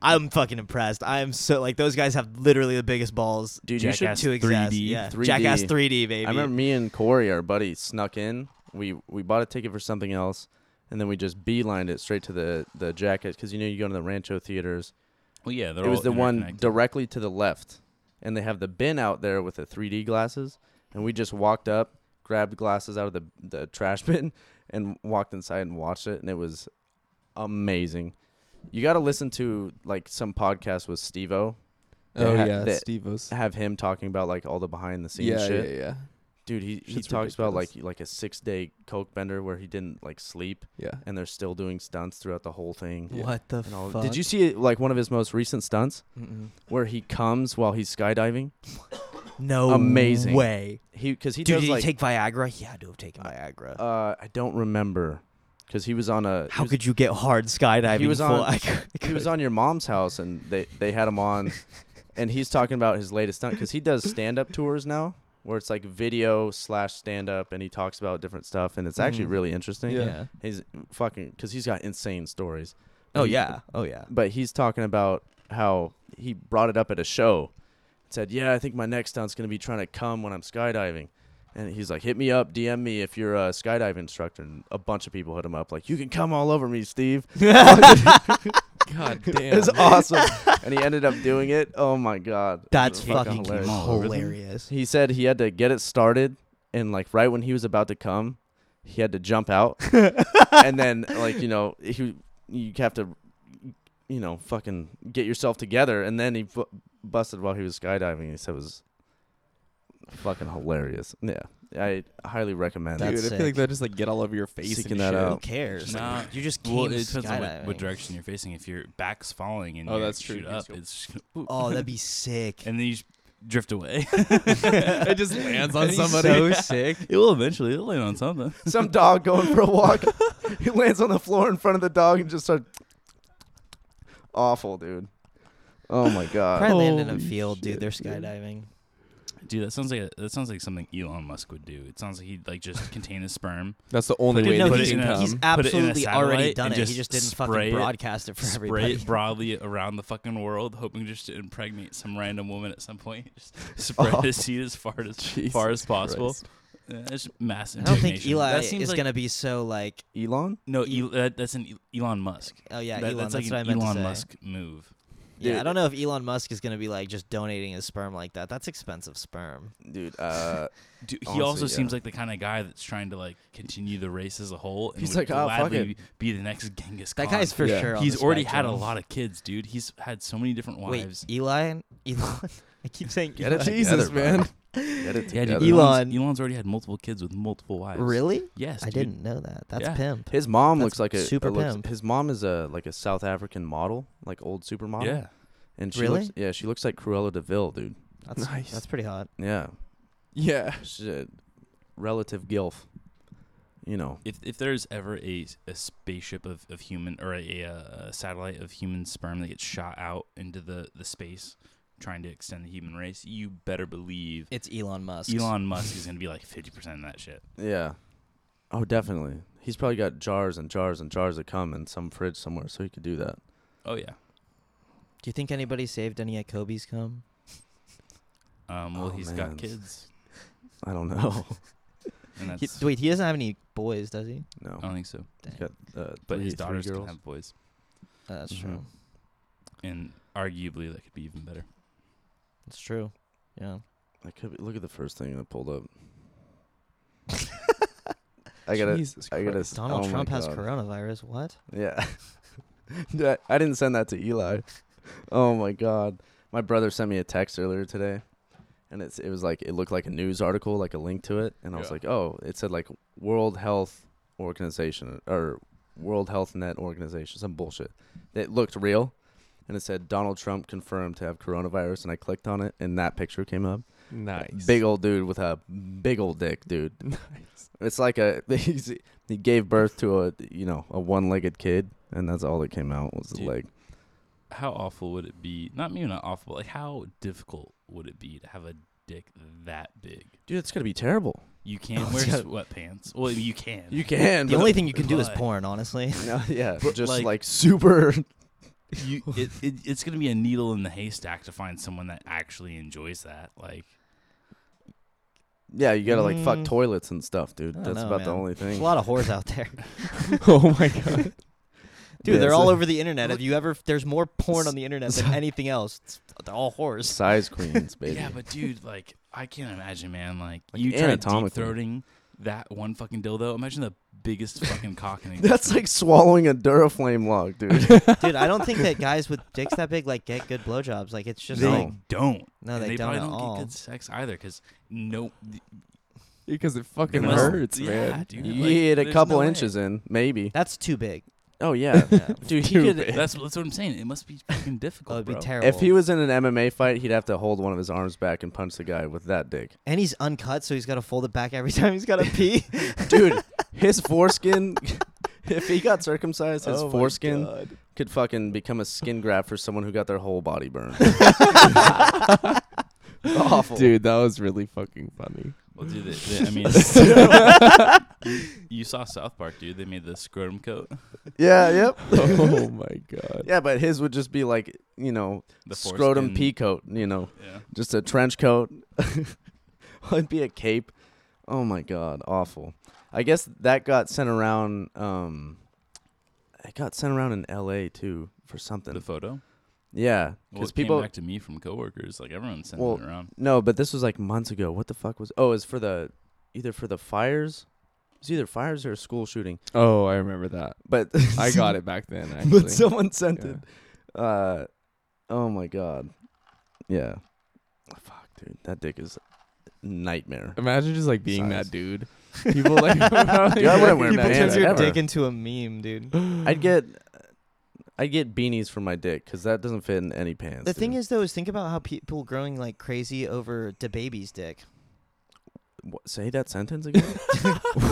I'm fucking impressed. I am so like those guys have literally the biggest balls
dude, you should
Jackass
to exist.
3D.
Yeah,
3D.
Jackass 3D baby.
I remember me and Corey, our buddy, snuck in. We we bought a ticket for something else, and then we just beelined it straight to the the jacket because you know you go to the Rancho theaters.
Well, yeah, they're
it was
all
the one
interconnected.
directly to the left, and they have the bin out there with the 3D glasses, and we just walked up, grabbed glasses out of the the trash bin, and walked inside and watched it, and it was amazing. You got to listen to like some podcast with Steve-O. that
Oh
ha-
yeah,
that
Steve O's.
have him talking about like all the behind the scenes
Yeah,
shit.
yeah, yeah,
Dude, he, he
Shit's
talks about like
ridiculous.
like a six day coke bender where he didn't like sleep
yeah.
and they're still doing stunts throughout the whole thing.
What the
And all-
fuck?
Did you see like one of his most recent stunts
Mm-mm.
where he comes while he's skydiving?
No
Amazing.
way.
He because he
Dude,
does
did
like
you take Viagra? Yeah, I do have taken Viagra.
uh, I don't remember because he was on a
How
he was,
could you get hard skydiving?
he was
full-
on-
I could- I
he was
could-
on your mom's house and they they had him on and he's talking about his latest stunt because he does stand up tours now where it's like video slash stand up and he talks about different stuff and it's actually
Mhm.
really interesting.
Yeah.
He's fucking because he's got insane stories.
Oh
He-
yeah. Oh yeah.
but he's talking about how he brought it up at a show. Said, "Yeah, I think my next stunt's gonna be trying to come when I'm skydiving." And he's like, "Hit me up, DM me if you're a skydiving instructor." And a bunch of people hit him up, like, "You can come all over me, Steve."
God damn.
it's awesome. and he ended up doing it. Oh my god,
That's
It was
fucking
hilarious.
hilarious.
He said he had to get it started, and like right when he was about to come, he had to jump out, and then like you know he you have to you know fucking get yourself together, and then he bu- busted while he was skydiving. He said it was fucking hilarious. Yeah, I highly recommend.
Dude,
it.
I
That's
feel like
sick.
that just like get all over your face
Seeking
and
that
shit.
Who
out.
cares?
Nah.
Like, you just came
Well, it depends on
skydiving.
what, what direction you're facing. If your back's falling and
Oh,
you
that's true.
shoot
You just
up,
go-
it's
Oh, that'd be sick.
and then you just drift away.
it just lands on
That'd be
somebody.
So sick.
it will eventually. It'll land on something.
Some dog going for a walk, he lands on the floor in front of the dog and just starts awful, dude. Oh my
Uh,
god.
Probably land in a
Holy
field, dude.
shit,
They're
dude.
skydiving.
Dude, that sounds like a, that sounds like something Elon Musk would do. It sounds like he'd like just contain his sperm,
That's the only
Put it
way
in-
that
put
he
it
can
in a-
come.
He's
put it in a
absolutely already
satellite
done
and
it. he
just
just didn't
spray
fucking
it-
broadcast it for
spray
everybody.
it broadly around the fucking world, hoping just to impregnate some random woman at some point. Just spread
Oh.
the seed as far as
Jesus
far as possible.
Christ.
Yeah, it's mass.
I don't think
impregnation.
Eli
That seems
is
like-
gonna be so like.
Elon?
No, El- that, that's an E- Elon Musk.
Oh yeah,
That-
Elon.
that's
That's,
like
what I
an
meant to
Elon
say.
Musk move.
Yeah, I
Dude.
don't know if Elon Musk is gonna be like just donating his sperm like that. That's expensive sperm.
Dude, uh
Dude, he
Honestly,
also
yeah.
seems like the kind of guy that's trying to like continue the race as a whole. And
He's
would
like, "Ah, fuck
gladly be the next Genghis
That
Khan.
guy's for
Yeah.
sure. on
He's
the
already had a
spectrum.
lot of kids, dude. He's had so many different
Wait,
wives.
Eli, Elon. I keep saying
Get it
Eli.
Jesus,
together,
man.
bro. Get it
yeah,
together.
dude,
Elon-
Elon's, Elon's already had multiple kids with multiple wives.
Really?
Yes,
I
dude.
didn't know that. That's
Yeah.
pimp.
His mom
That's
looks like a
super
uh, looks-
pimp.
His mom is a like a South African model, like old supermodel.
Yeah,
and she
Really?
looks, yeah, she looks like Cruella Deville, dude.
That's
Nice.
That's pretty hot.
Yeah,
Yeah.
shit, relative gilf. You know,
if if there's ever a, a spaceship of, of human or a, uh a satellite of human sperm that gets shot out into the, the space trying to extend the human race, you better believe
It's Elon Musk.
Elon Musk is going to be like 50% of that shit.
yeah. Oh, definitely. He's probably got jars and jars and jars of cum in some fridge somewhere, so he could do that.
Oh, yeah.
Do you think anybody saved any of Kobe's cum?
Um, well,
Oh,
he's
man.
got kids.
I don't know.
And
He,
that's,
wait, he doesn't have any boys, does he?
no,
I don't think so.
Dang.
He's got, uh,
Oh. But
three-
his
three
daughters can
girls.
have boys.
Uh, that's
Mhm.
true.
And arguably, that could be even better.
That's true. Yeah.
I could be, look at the first thing that pulled up. I gotta.
Jesus
I gotta.
Christ.
s-
Donald
oh my
Trump has
God.
coronavirus. What?
Yeah. Dude, I- I didn't send that to Eli. Oh my god. My brother sent me a text earlier today and it's it was like it looked like a news article, like a link to it, and I was
Yeah.
like, "Oh, it said like World Health Organization or World Health Net Organization, some bullshit." It looked real. And it said Donald Trump confirmed to have coronavirus, and I clicked on it, and that picture came up.
Nice.
Big old dude with a big old dick, dude. It's like a he's, he gave birth to a you know a one-legged kid, and that's all that came out was the
Dude.
leg.
How awful would it be? Not maybe not awful, but like how difficult would it be to have a dick that big?
Dude, it's gonna be terrible.
You can't
Oh,
wear
yeah.
sweatpants. Well, you can.
You can.
The
but-
only thing you can do is
Why?
porn, honestly.
No, yeah,
But,
just like,
like-
super.
you, it, it, it's going to be a needle in the haystack to find someone that actually enjoys that. Like,
Yeah, you gotta like fuck
Mm.
toilets and stuff, dude.
I don't
That's
know,
about the
man.
only thing.
There's a lot of whores out there.
oh my god.
Dude,
Yeah,
they're
so-
all over the internet. Have
Look-
you ever? There's more porn on the internet than anything else. It's, they're all whores.
size queens, baby.
yeah, but dude, like, I can't imagine, man. Like,
Like,
you try deep
anatomically.
throating, that one fucking dildo. Imagine the biggest fucking cock in existence.
That's like swallowing a Duraflame log, dude.
Dude, I don't think that guys with dicks that big like get good blowjobs. Like it's just
They-
like
don't.
no,
And
they, don't
probably
at
don't
all.
get good sex either because no,
because it fucking
Unless-
hurts,
yeah,
man.
Dude,
you
like,
get a
there's
couple
no way.
inches in, maybe.
That's too big.
Oh yeah,
Yeah.
dude. He
Too
could,
big.
That's, that's what I'm saying. It must be fucking difficult.
Oh, it'd be
bro.
terrible.
if he was in an MMA fight, he'd have to hold one of his arms back and punch the guy with that dick,
and he's uncut, so he's got to fold it back every time he's got to pee.
dude. His foreskin. If he got circumcised,
Oh
Oh
his foreskin could fucking become a skin graft for someone who got their whole body burned. Awful.
Dude, that was really fucking funny.
Well, dude, the, the- I mean, you, you saw South Park, dude. They made the scrotum coat.
Yeah. Yep.
oh my god.
Yeah, but his would just be like you know
The
scrotum
foreskin.
pea coat. You know,
Yeah.
just a trench coat. It'd be a cape. Oh my god, awful. I guess that got sent around. Um, it got sent around in L.A. too for something.
The photo.
yeah,
Well,
because
it
people.
came back to me from coworkers. Like everyone's sending
Well,
it around.
no, but this was like months ago. What the fuck was? Oh, it was for the either for the fires. It was either fires or a school shooting.
Oh, I remember that.
But
I got it back then. Actually.
but someone sent
Yeah.
it. Uh, oh my god. Yeah. Fuck, dude, that dick is a nightmare.
Imagine just like being
Size.
that dude. People like, dude,
I wouldn't wear
People
Man,
turns your
ever.
dick into a meme, dude.
I'd get, I'd get beanies for my dick because that doesn't fit in any pants.
The thing
dude.
is, though, is think about how people growing like crazy over the baby's dick.
What- say that sentence again.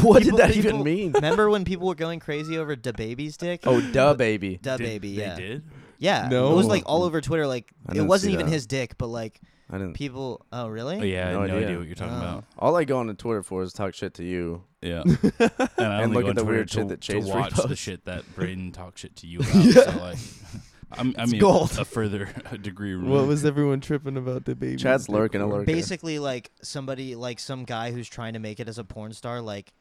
what
People-
did that
people-
even mean?
Remember when people were going crazy over the baby's dick?
Oh, duh, baby.
Da
Did-
baby,
They
yeah,
did.
yeah. it
No.
was like all over Twitter. Like it
I didn't
wasn't
see
even
that.
his dick, but like
I didn't.
people. Oh, really?
Oh yeah,
No
no, no
idea.
idea. what you're talking
Oh.
about.
All I go on to Twitter for is talk shit to you.
Yeah, and, I
And
only
look
go
at
on
the
Twitter
weird
to,
shit that Chase
to watch the
reposts.
shit that Braden talks shit to you about. yeah. So like, I'm, I
It's
mean,
gold.
a further degree.
What
removed.
was everyone tripping about the baby?
Chad's lurking, alert. Okay.
Basically, like somebody, like some guy who's trying to make it as a porn star, like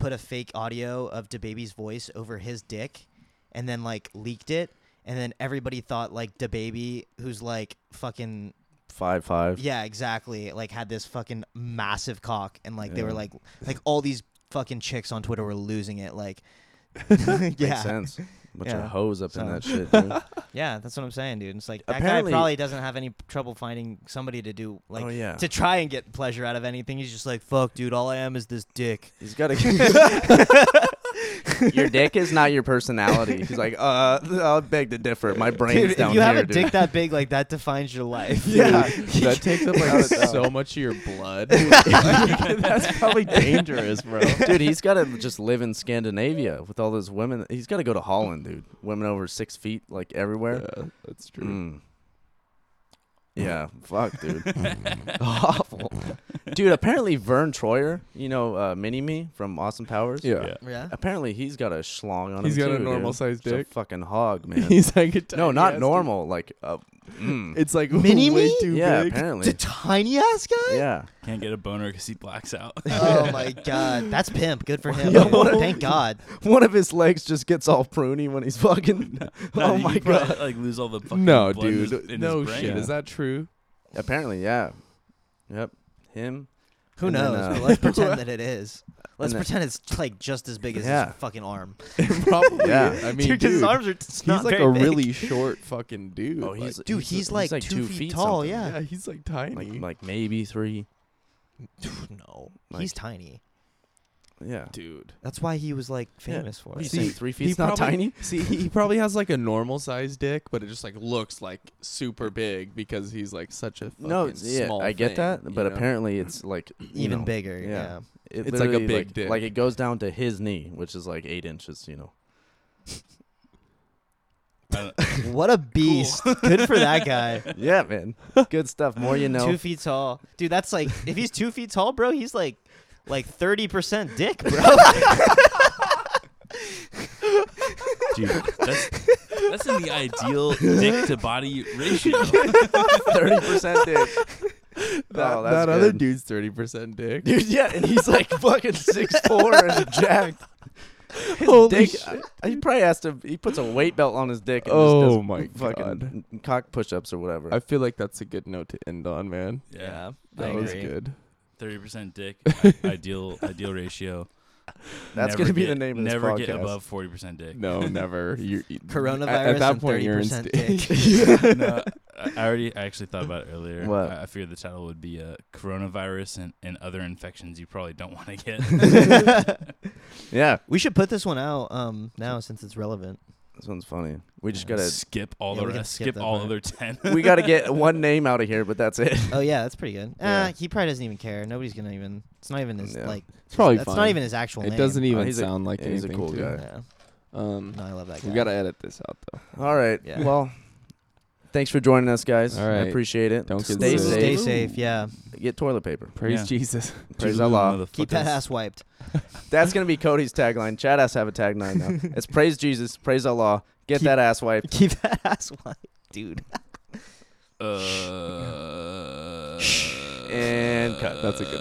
put a fake audio of DaBaby's voice over his dick, and then like leaked it, and then everybody thought like DaBaby, who's like fucking
Five five.
yeah, exactly, like had this fucking massive cock, and like they were
Yeah.
like like all these fucking chicks on Twitter were losing it, like
Makes
yeah,
sense. Bunch
Yeah.
of hoes up
So-
in that shit. Dude.
yeah, that's what I'm saying, dude. It's like that
Apparently-
guy probably doesn't have any trouble finding somebody to do like
oh yeah.
to try and get pleasure out of anything. He's just like, fuck, dude, all I am is this dick.
He's got a. your dick is not your personality. He's like, uh, I'll beg to differ. My brain's
Dude, if you
down
have
here,
a
dude.
dick that big, like that defines your life.
Yeah.
that takes up like so much of your blood. That's probably dangerous, bro.
dude, he's got to just live in Scandinavia with all those women. He's got to go to Holland, dude. Women over six feet, like everywhere.
Yeah, that's
Yeah,
true.
yeah fuck, dude. Awful, dude. Apparently, Vern Troyer, you know, uh, Mini Me from Austin Powers.
Yeah.
Yeah.
yeah.
Apparently, he's got a schlong on
He's
him.
got a
too, dude.
normal-sized
He's a
dick.
fucking hog, man.
He's like a
no,
tiny ass
not
dude.
normal. Like, uh, mm.
It's like
Mini
way
me?
too
yeah,
big.
The
apparently.
tiny ass guy?
Yeah.
Can't get a boner because he blacks out.
Oh my god. That's pimp. Good for him.
Yo,
dude.
what a-
Thank God.
One of his legs just gets all pruny when he's fucking.
No,
oh
you
my
could probably,
god.
Like lose all the fucking
No,
blood in his-
dude.
in his
no
brain.
shit. Is that true?
Apparently, yeah. Yep. Him.
Who
And then,
knows?
uh,
but let's pretend that it is. Let's
then-
pretend it's like just as big as
Yeah.
his fucking arm.
probably.
Yeah.
I mean,
Dude,
dude,
'cause his arms are
he's
just not
like
very
a
big.
really short fucking dude.
Oh,
like-
he's
Dude, he's, like, two, feet, tall.
something.
Yeah.
yeah, he's like tiny.
Like, like maybe three.
No.
Like-
he's tiny.
Yeah.
dude.
That's why he was like
Yeah.
famous for
What are you
it.
See,
saying? Three feet's
he
not
probably-
tiny.
See, he he probably has like a normal sized dick, but it just like looks like super big because he's like such a fucking
No, it's- yeah,
small
I get
thing,
that,
you
but
know?
apparently it's like you
Even
know,
bigger.
yeah.
Yeah.
It
It's like a
literally,
big
like,
dick.
Like it goes down to his knee, which is like eight inches. You know.
I
What a beast. Good for that guy.
yeah, man. Good stuff. More you know.
Two feet tall, dude. That's like if he's two feet tall, bro. He's like like thirty percent dick, bro.
Dude, that's, that's in the ideal dick to body ratio.
Thirty percent dick.
That,
Oh, that's
that other
good.
dude's thirty percent dick.
Dude, yeah, and he's like fucking six four and jacked. His dick, I- he probably has to. He puts a weight belt on his dick. And
Oh
just does
my
fucking cock push-ups or whatever.
I feel like that's a good note to end on, man.
Yeah.
I
That was
agree.
good.
thirty percent dick. I- ideal ideal ratio.
That's
Never
gonna be
get-
the name of this
Never get
podcast.
above forty percent dick.
No, never. You, you-
Coronavirus
At, at that
and
point, you're in
30%
state.
no, I I already I actually thought about it earlier.
What?
I, I figured the title would be uh, coronavirus and, and other infections you probably don't want to get.
Yeah,
We should put this one out um, now since it's relevant.
this one's funny. We just gotta
skip all
Yeah,
the
we gotta
rest.
skip
Skip,
that
all
part.
other ten.
we gotta get one name out of here, but that's it.
Oh yeah, that's pretty good.
Yeah.
Uh, he probably doesn't even care. Nobody's gonna even. It's not even his
Yeah.
like.
It's probably
that's
fine.
not even his actual name.
It doesn't even
Oh, he's a-
sound like
yeah, he's a
anything.
cool
to
guy.
it.
Yeah.
Um,
No, I love that guy.
we gotta edit this out though.
All right.
Yeah.
Well, thanks for joining us, guys.
All
I
right.
appreciate it.
Don't get
stay
sick.
Stay
safe.
safe. Yeah.
Get toilet paper.
Praise
Yeah.
Jesus.
Praise Allah.
Keep that ass wiped.
That's gonna be Cody's tagline. Chad has to have a tagline now. It's praise Jesus, praise Allah. Get
Keep-
that ass wiped.
Keep that ass wiped, dude.
Uh,
And cut.
That's a good.